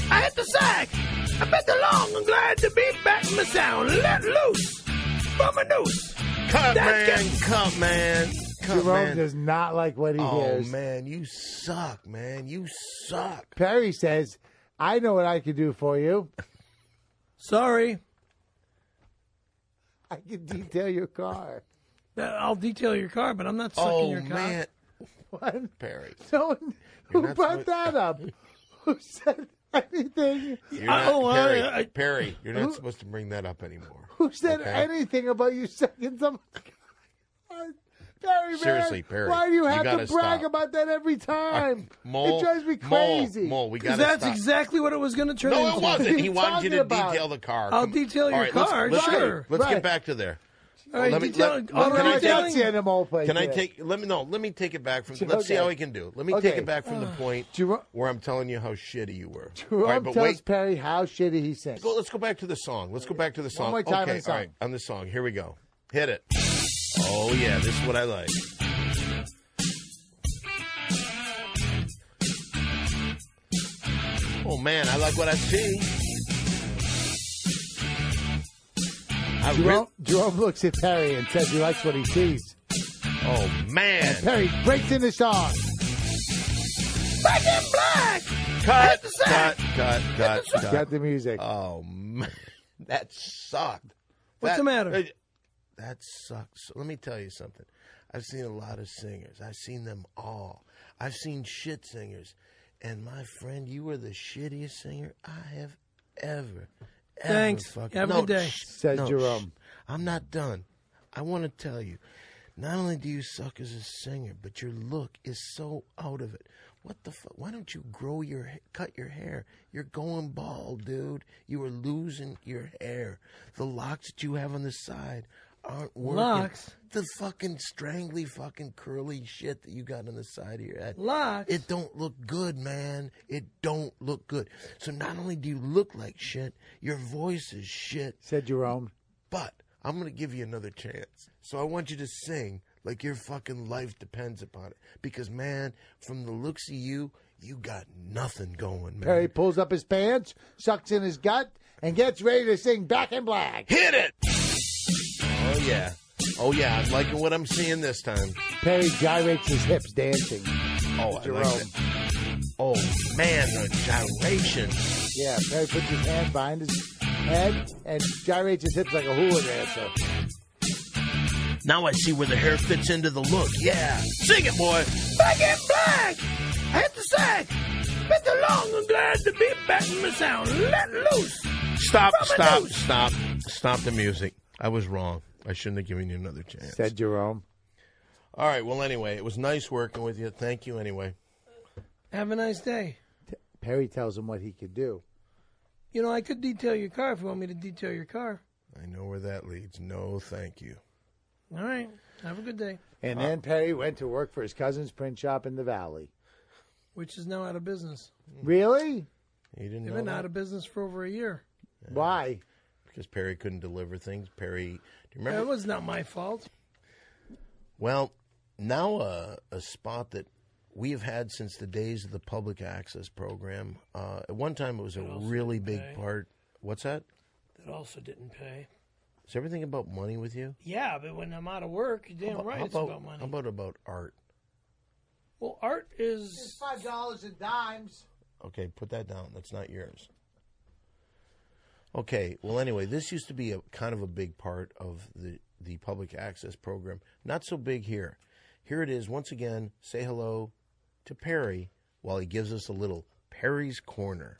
Speaker 3: I hit the sack! I bet the long, I'm glad to be back in the sound. Let loose from a noose.
Speaker 2: Cut,
Speaker 3: That's
Speaker 2: man.
Speaker 3: good.
Speaker 2: Cut, man. Cut,
Speaker 1: Jerome
Speaker 2: Oh, man.
Speaker 1: does not like what he
Speaker 2: oh
Speaker 1: hears.
Speaker 2: man, you suck, man. You suck.
Speaker 1: Perry says, I know what I can do for you.
Speaker 3: Sorry,
Speaker 1: I can detail your car.
Speaker 3: I'll detail your car, but I'm not sucking
Speaker 2: Oh
Speaker 3: your car.
Speaker 2: man,
Speaker 1: What?
Speaker 2: Perry.
Speaker 1: No one who
Speaker 2: not
Speaker 1: brought
Speaker 2: supposed-
Speaker 1: that up? Who said anything?
Speaker 2: You're not,
Speaker 3: Oh, I-
Speaker 2: Perry,
Speaker 3: I-
Speaker 2: Perry, you're not supposed to bring that up anymore.
Speaker 1: Who said
Speaker 2: okay?
Speaker 1: anything about you sucking someone's cock? Perry, man,
Speaker 2: Seriously, Perry,
Speaker 1: Why do you
Speaker 2: you
Speaker 1: have to
Speaker 2: gotta
Speaker 1: brag
Speaker 2: stop.
Speaker 1: about that every time?
Speaker 2: Mole,
Speaker 1: it drives me
Speaker 2: Mole,
Speaker 1: crazy.
Speaker 2: Mole, we got
Speaker 3: Because
Speaker 2: to
Speaker 3: that's
Speaker 2: stop.
Speaker 3: exactly what it was going to turn
Speaker 2: No,
Speaker 3: into.
Speaker 2: it wasn't. He
Speaker 1: you
Speaker 2: wanted you to
Speaker 1: talking about?
Speaker 2: detail the car.
Speaker 3: I'll
Speaker 2: Come-
Speaker 3: detail
Speaker 2: All
Speaker 3: your
Speaker 2: right, let's-
Speaker 3: car,
Speaker 2: Let's, get-
Speaker 3: sure.
Speaker 2: Let's
Speaker 1: Right.
Speaker 2: get back to there.
Speaker 3: All right,
Speaker 2: Let me-
Speaker 3: detail-
Speaker 2: let-
Speaker 3: auto
Speaker 2: Can I
Speaker 1: Right,
Speaker 2: tell-
Speaker 1: that's
Speaker 3: detailing.
Speaker 1: the animal play.
Speaker 2: Can I
Speaker 1: kid.
Speaker 2: take? Let me no. Let me take it back from. Let's see
Speaker 1: Okay.
Speaker 2: how he can do. Let me
Speaker 1: Okay.
Speaker 2: take it back from the point
Speaker 1: Jero-
Speaker 2: where I'm telling you how shitty you were.
Speaker 1: Jerome
Speaker 2: all right, but
Speaker 1: tells
Speaker 2: wait.
Speaker 1: Perry how shitty he sings.
Speaker 2: Go, let's go back to the song. Let's go back to the song.
Speaker 1: more time on
Speaker 2: okay,
Speaker 1: the song.
Speaker 2: all right, on the song. Here we go. Hit it. Oh yeah, this is what I like. Oh man, I like what I see. I re-
Speaker 1: Jerome, Jerome looks at Perry and says he likes what he sees.
Speaker 2: oh man,
Speaker 1: Perry breaks into song.
Speaker 3: Back in black!
Speaker 2: cut,
Speaker 3: the
Speaker 2: cut,
Speaker 3: sack.
Speaker 2: cut, cut, cut.
Speaker 1: Got the music.
Speaker 2: Oh man, that sucked.
Speaker 3: What's
Speaker 2: That-
Speaker 3: the matter?
Speaker 2: That sucks. Let me tell you something. I've seen a lot of singers. I've seen them all. I've seen shit singers. And my friend, you were the shittiest singer I have ever. ever
Speaker 3: Thanks.
Speaker 2: Fucking,
Speaker 3: Have a
Speaker 2: no,
Speaker 3: good day.
Speaker 2: shh,
Speaker 1: Says
Speaker 2: no,
Speaker 1: Jerome.
Speaker 2: shh. I'm not done. I want to tell you. Not only do you suck as a singer, but your look is so out of it. What the fuck? Why don't you grow your ha- cut your hair? You're going bald, dude. You are losing your hair. The locks that you have on the side aren't working.
Speaker 3: Locks?
Speaker 2: The fucking strangly fucking curly shit that you got on the side of your head.
Speaker 3: Locks?
Speaker 2: It don't look good, man. It don't look good. So not only do you look like shit, your voice is shit.
Speaker 1: Said Jerome.
Speaker 2: But I'm going to give you another chance. So I want you to sing like your fucking life depends upon it. Because, man, from the looks of you, you got nothing going, man.
Speaker 1: Perry pulls up his pants, sucks in his gut, and gets ready to sing Back in Black.
Speaker 2: Hit it! Oh, yeah. Oh, yeah. I'm liking what I'm seeing this time.
Speaker 1: Perry gyrates his hips dancing.
Speaker 2: Oh, I
Speaker 1: Jerome.
Speaker 2: like it. Oh, man, the gyration.
Speaker 1: Yeah, Perry puts his hand behind his head and gyrates his hips like a hula dancer.
Speaker 2: Now I see where the hair fits into the look. Yeah. Sing it, boy. Back in black. I have to say, been too long and glad to be back in the sound. Let loose. Stop, stop, stop, stop the music. I was wrong. I shouldn't have given you another chance.
Speaker 1: Said Jerome.
Speaker 2: All right. Well, anyway, it was nice working with you. Thank you anyway.
Speaker 3: Have a nice day.
Speaker 1: Perry tells him what he could do.
Speaker 3: You know, I could detail your car if you want me to detail your car.
Speaker 2: I know where that leads. No, thank you.
Speaker 3: All right. Have a good day.
Speaker 1: And then Perry went to work for his cousin's print shop in the valley.
Speaker 3: Which is now out of business.
Speaker 1: Really?
Speaker 2: You didn't
Speaker 3: They've
Speaker 2: know
Speaker 3: been
Speaker 2: that?
Speaker 3: out of business for over a year.
Speaker 1: Why?
Speaker 2: because Perry couldn't deliver things. Perry, do you remember?
Speaker 3: That was not my fault.
Speaker 2: Well, now uh, a spot that we have had since the days of the public access program. Uh, at one time, it was a really big part. What's that?
Speaker 3: That also didn't pay.
Speaker 2: Is everything about money with you?
Speaker 3: Yeah, but when I'm out of work, you're damn right
Speaker 2: how
Speaker 3: it's
Speaker 2: about,
Speaker 3: about money.
Speaker 2: How about about art?
Speaker 3: well, art is
Speaker 1: Five dollars in dimes.
Speaker 2: Okay, put that down. That's not yours. Okay. Well, anyway, this used to be a kind of a big part of the the public access program. Not so big here. Here it is once again. Say hello to Perry while he gives us a little Perry's corner.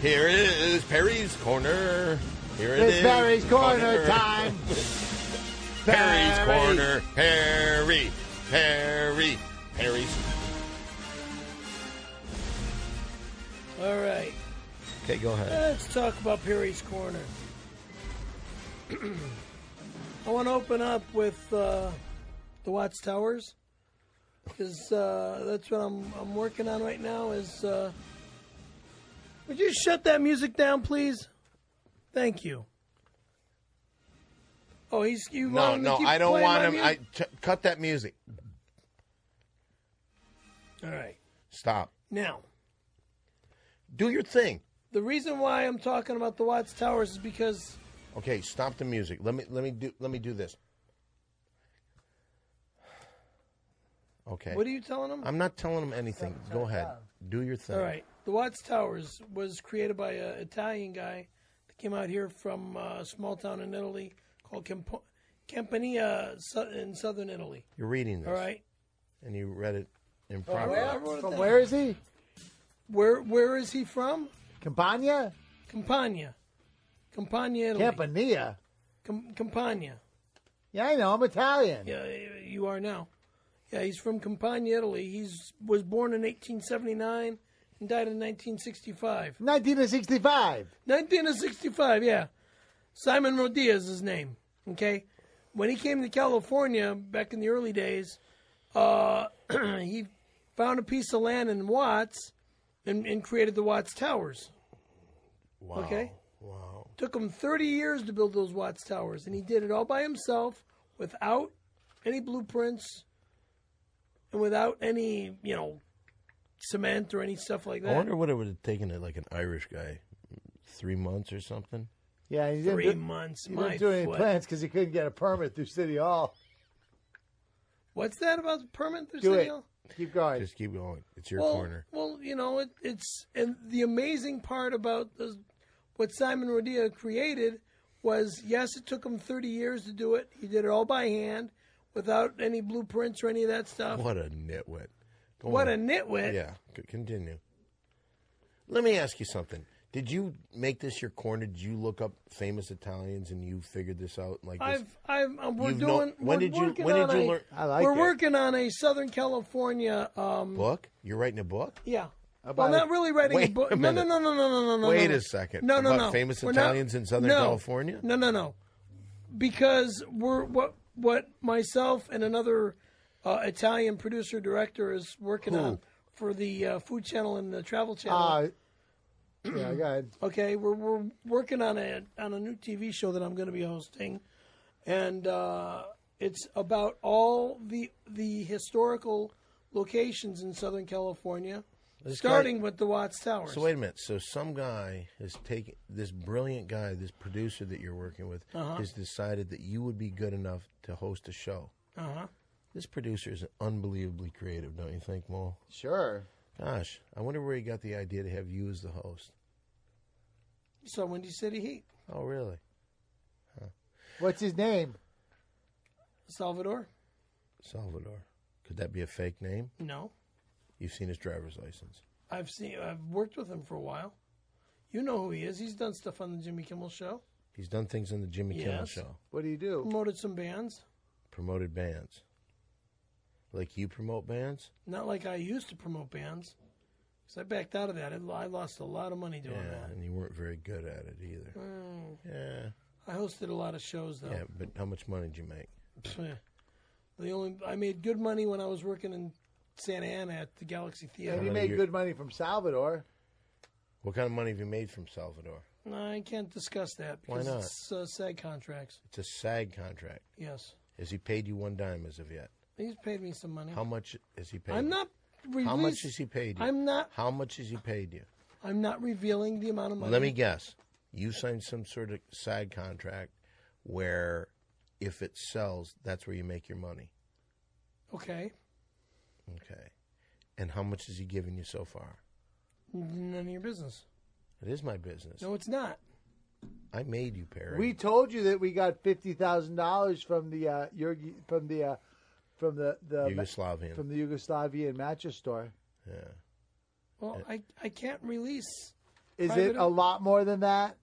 Speaker 2: Here it is, Perry's corner. Here it is,
Speaker 1: It's Perry's corner time.
Speaker 2: Perry's
Speaker 1: Perry.
Speaker 2: Corner. Perry. Perry. Perry's.
Speaker 3: all right.
Speaker 2: Okay, go ahead.
Speaker 3: Let's talk about Perry's Corner. I want to open up with uh, the Watchtowers because uh, that's what I'm, I'm working on right now. Is uh, would you shut that music down, please? Thank you. Oh, he's you.
Speaker 2: No,
Speaker 3: want him to
Speaker 2: no,
Speaker 3: keep
Speaker 2: I don't
Speaker 3: playing
Speaker 2: want
Speaker 3: my
Speaker 2: him. I
Speaker 3: music?
Speaker 2: t- cut that music.
Speaker 3: All right,
Speaker 2: Stop.
Speaker 3: now
Speaker 2: Do your thing.
Speaker 3: the reason why I'm talking about the Watchtowers is because
Speaker 2: Okay, stop the music. Let me let me do let me do this. Okay.
Speaker 3: what are you telling him?
Speaker 2: I'm not telling him anything. Go ahead. Do your thing.
Speaker 3: All right. The Watts Towers was created by an Italian guy that came out here from uh, a small town in Italy called Campo- Campania so- in southern Italy.
Speaker 2: You're reading this.
Speaker 3: All right. Oh,
Speaker 2: And you read it improperly.
Speaker 3: Well, I wrote it
Speaker 1: From
Speaker 3: down.
Speaker 1: where is he?
Speaker 3: Where Where is he from?
Speaker 1: Campania?
Speaker 3: Campania. Campania, Italy.
Speaker 1: Campania?
Speaker 3: Cam- Campania.
Speaker 1: Yeah, I know. I'm Italian.
Speaker 3: Yeah, you are now. Yeah, he's from Campania, Italy. He's was born in 1879 and died in 1965.
Speaker 1: 1965.
Speaker 3: 1965, yeah. Simon Rodia is his name. Okay, when he came to California back in the early days, uh, he found a piece of land in Watts and, and created the Watts Towers.
Speaker 2: Wow.
Speaker 3: Okay.
Speaker 2: Wow.
Speaker 3: Took him 30 years to build those Watts Towers, and he did it all by himself without any blueprints and without any, you know, cement or any stuff like
Speaker 2: I
Speaker 3: that.
Speaker 2: wonder what it would have taken to like an Irish guy, three months or something.
Speaker 1: Yeah, he didn't,
Speaker 3: Three
Speaker 1: do,
Speaker 3: months,
Speaker 1: he
Speaker 3: my
Speaker 1: didn't do any
Speaker 3: foot.
Speaker 1: plans because he couldn't get a permit through City Hall.
Speaker 3: What's that about the permit? There's
Speaker 1: Do
Speaker 3: City
Speaker 1: it.
Speaker 3: Hall?
Speaker 1: Keep going.
Speaker 2: Just keep going. It's your
Speaker 3: well,
Speaker 2: corner.
Speaker 3: Well, you know, it, it's and the amazing part about the, what Simon Rodia created was yes, it took him 30 years to do it. He did it all by hand, without any blueprints or any of that stuff.
Speaker 2: What a nitwit. Go
Speaker 3: What a
Speaker 2: on.
Speaker 3: nitwit!
Speaker 2: Yeah, c- continue. Let me ask you something. Did you make this your corner? Did you look up famous Italians and you figured this out? Like this?
Speaker 3: I've, I've, uh, we're
Speaker 2: You've
Speaker 3: doing.
Speaker 2: no- when
Speaker 3: we're
Speaker 2: did you-
Speaker 3: working
Speaker 2: when did
Speaker 3: on
Speaker 2: you
Speaker 3: a-
Speaker 2: learn-
Speaker 1: I like
Speaker 3: We're
Speaker 1: it.
Speaker 3: working on a Southern California. Um,
Speaker 2: book? You're writing a book?
Speaker 3: yeah.
Speaker 1: About-
Speaker 3: well, not really writing
Speaker 2: Wait
Speaker 3: a book.
Speaker 2: a
Speaker 3: no, no,
Speaker 2: minute.
Speaker 3: no, no, no, no, no, no.
Speaker 2: Wait
Speaker 3: no.
Speaker 2: a second.
Speaker 3: No, no,
Speaker 2: About
Speaker 3: no.
Speaker 2: famous
Speaker 3: We're
Speaker 2: Italians in Southern
Speaker 3: no.
Speaker 2: California?
Speaker 3: No, no, no. Because we're what what myself and another uh, Italian producer director is working
Speaker 2: Who? Ah,
Speaker 3: on for the uh, Food Channel and the Travel Channel.
Speaker 1: Uh, yeah, go ahead.
Speaker 3: Okay, we're we're working on a on a new TV show that I'm going to be hosting, and uh, it's about all the the historical locations in Southern California,
Speaker 2: guy-
Speaker 3: starting with the Watts Towers.
Speaker 2: So wait a minute. So some guy is taking this brilliant guy, this producer that you're working with, has decided that you would be good enough to host a show.
Speaker 3: Uh-huh.
Speaker 2: This producer is unbelievably creative, don't you think, Mo?
Speaker 1: Sure.
Speaker 2: Gosh, I wonder where he got the idea to have you as the host.
Speaker 3: So Windy City Heat,
Speaker 2: Oh, really?
Speaker 1: What's his name?
Speaker 3: Salvador.
Speaker 2: Salvador. Could that be a fake name?
Speaker 3: No,
Speaker 2: You've seen his driver's license.
Speaker 3: I've seen I've worked with him for a while. You know who he is. He's done stuff on the Jimmy Kimmel Show.
Speaker 2: He's done things on the Jimmy Kimmel
Speaker 3: Yes.
Speaker 2: show,
Speaker 1: What do you do?
Speaker 3: Promoted some bands.
Speaker 2: promoted bands. Like you promote bands?
Speaker 3: Not like I used to promote bands, because I backed out of that. I I lost a lot of money doing that.
Speaker 2: Yeah, and you weren't very good at it either.
Speaker 3: Hmm.
Speaker 2: Yeah,
Speaker 3: I hosted a lot of shows though.
Speaker 2: yeah, but how much money did you make?
Speaker 3: Pfft. The only I made good money when I was working in Santa Ana at the Galaxy
Speaker 1: And
Speaker 3: Theater.
Speaker 1: he
Speaker 2: Another
Speaker 1: made
Speaker 2: year.
Speaker 1: good money from Salvador.
Speaker 2: What kind of money have you made from Salvador?
Speaker 3: No, I can't discuss that
Speaker 2: Uh-huh. Why
Speaker 3: because
Speaker 2: not?
Speaker 3: it's uh, SAG contracts.
Speaker 2: It's a SAG contract.
Speaker 3: Yes,
Speaker 2: Has he paid you one dime as of yet?
Speaker 3: he's paid me some money.
Speaker 2: How much has he paid?
Speaker 3: I'm
Speaker 2: you?
Speaker 3: not. Release,
Speaker 2: How much has he paid you?
Speaker 3: I'm not.
Speaker 2: How much has he paid you?
Speaker 3: I'm not revealing the amount of money.
Speaker 2: Let me guess. You signed some sort of side contract where if it sells, that's where you make your money.
Speaker 3: Okay.
Speaker 2: Okay. And how much has he given you so far?
Speaker 3: None of your business.
Speaker 2: It is my business.
Speaker 3: No, it's not.
Speaker 2: I made you, Perry.
Speaker 1: We told you that we got fifty thousand dollars from the uh, Yurgi, from the uh, from the
Speaker 3: uh,
Speaker 1: the
Speaker 2: Yugoslavian.
Speaker 1: from the Yugoslavian mattress store.
Speaker 2: yeah.
Speaker 3: Well,
Speaker 2: Uh,
Speaker 3: I I can't release.
Speaker 1: Is it
Speaker 3: Private-
Speaker 1: a lot more than that?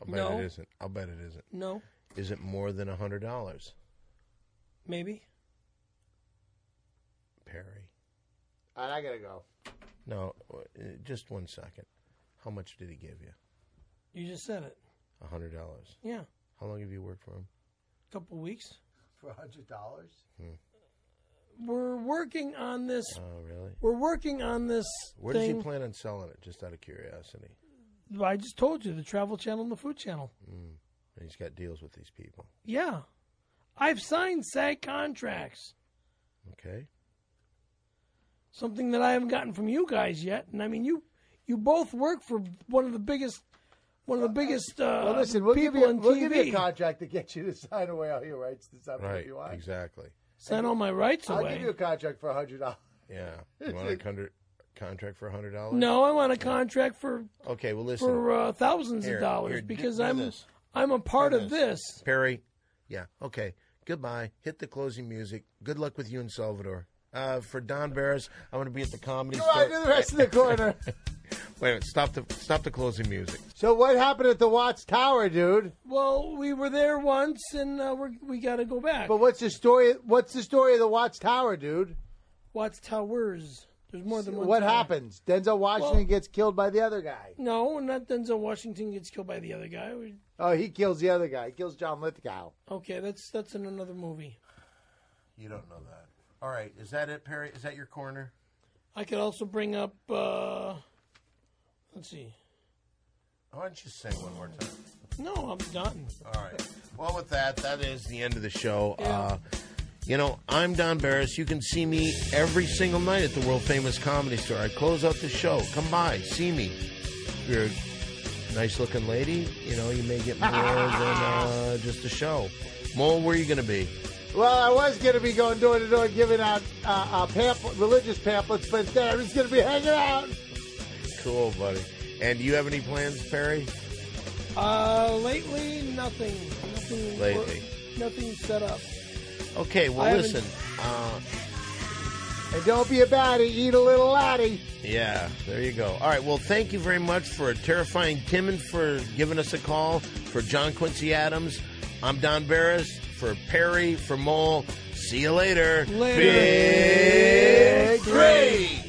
Speaker 2: I'll bet
Speaker 3: No.
Speaker 2: it isn't. I'll bet it isn't.
Speaker 3: No,
Speaker 2: Is it more than a hundred dollars?
Speaker 3: maybe.
Speaker 2: Perry.
Speaker 1: All right, I gotta go.
Speaker 2: No, uh, just one second. How much did he give you?
Speaker 3: You just said it.
Speaker 2: A hundred dollars.
Speaker 3: Yeah, a
Speaker 2: How long have you worked for him?
Speaker 3: couple weeks.
Speaker 1: For hundred dollars?
Speaker 3: We're working on this.
Speaker 2: Oh, really?
Speaker 3: We're working on this
Speaker 2: Where
Speaker 3: thing.
Speaker 2: does he plan on selling it? Just out of curiosity.
Speaker 3: Well, I just told you the Travel Channel and the Food Channel.
Speaker 2: And he's got deals with these people.
Speaker 3: Yeah, I've signed SAG contracts,
Speaker 2: Okay.
Speaker 3: something that I haven't gotten from you guys yet. And I mean, you you both work for one of the biggest one of the biggest uh,
Speaker 1: Well, listen, we'll give
Speaker 3: people
Speaker 1: you
Speaker 3: in
Speaker 1: we'll
Speaker 3: TV.
Speaker 1: give you a contract to get you to sign away all your rights to something
Speaker 2: Right.
Speaker 1: if you want.
Speaker 2: Exactly.
Speaker 3: Sign all my rights
Speaker 1: I'll
Speaker 3: away.
Speaker 1: give you a contract for hundred dollars.
Speaker 2: Yeah. You want a con- contract for a hundred dollars?
Speaker 3: no, I want a contract for
Speaker 2: Okay. Well, listen,
Speaker 3: for uh, thousands
Speaker 2: Here,
Speaker 3: of dollars
Speaker 2: here, do-
Speaker 3: because
Speaker 2: do
Speaker 3: I'm
Speaker 2: this.
Speaker 3: I'm a part of this.
Speaker 2: Perry. Yeah. Okay. Goodbye. Hit the closing music. Good luck with you and Salvador. Uh, for Don Barris, I'm going to be at the comedy
Speaker 1: Come on,
Speaker 2: store.
Speaker 1: do the rest of the corner.
Speaker 2: Wait a minute. Stop the stop the closing music.
Speaker 1: so what happened at the Watts Tower, dude?
Speaker 3: Well, we were there once, and uh, we're, we got to go back.
Speaker 1: But what's the story? What's the story of the Watts Tower, dude?
Speaker 3: Watts Towers. There's more than one.
Speaker 1: What
Speaker 3: tower.
Speaker 1: happens? Denzel Washington
Speaker 3: Well-
Speaker 1: gets killed by the other guy.
Speaker 3: No, not Denzel Washington gets killed by the other guy. We-
Speaker 1: Oh, he kills the other guy. He kills John Lithgow.
Speaker 3: Okay, that's that's in another movie.
Speaker 2: You don't know that. All right. Is that it, Perry? Is that your corner?
Speaker 3: I could also bring up. uh Let's see.
Speaker 2: Why don't you sing one more time?
Speaker 3: No, I'm done.
Speaker 2: All right. Well, with that, that is the end of the show.
Speaker 3: Yeah.
Speaker 2: Uh, you know, I'm Don Barris. You can see me every single night at the world famous comedy store. I close out the show. Come by, see me. If you're a nice looking lady, you know, you may get more than uh, just a show. Mo, where are you going to be?
Speaker 1: Well, I was going to be going door to door giving out uh, uh, pamphlet, religious pamphlets, but instead I was going to be hanging out.
Speaker 2: Cool, buddy. And do you have any plans, Perry?
Speaker 3: Uh Lately, nothing. Nothing.
Speaker 2: Lately.
Speaker 3: Nothing set up.
Speaker 2: Okay, well,
Speaker 3: I haven't-
Speaker 2: listen. Uh,
Speaker 1: And don't be a baddie, eat a little laddie.
Speaker 2: Yeah, there you go. All right, well, thank you very much for terrifying Timon for giving us a call. For John Quincy Adams, I'm Don Barris. For Perry, for Mole. See you later.
Speaker 3: Later.
Speaker 2: Big three.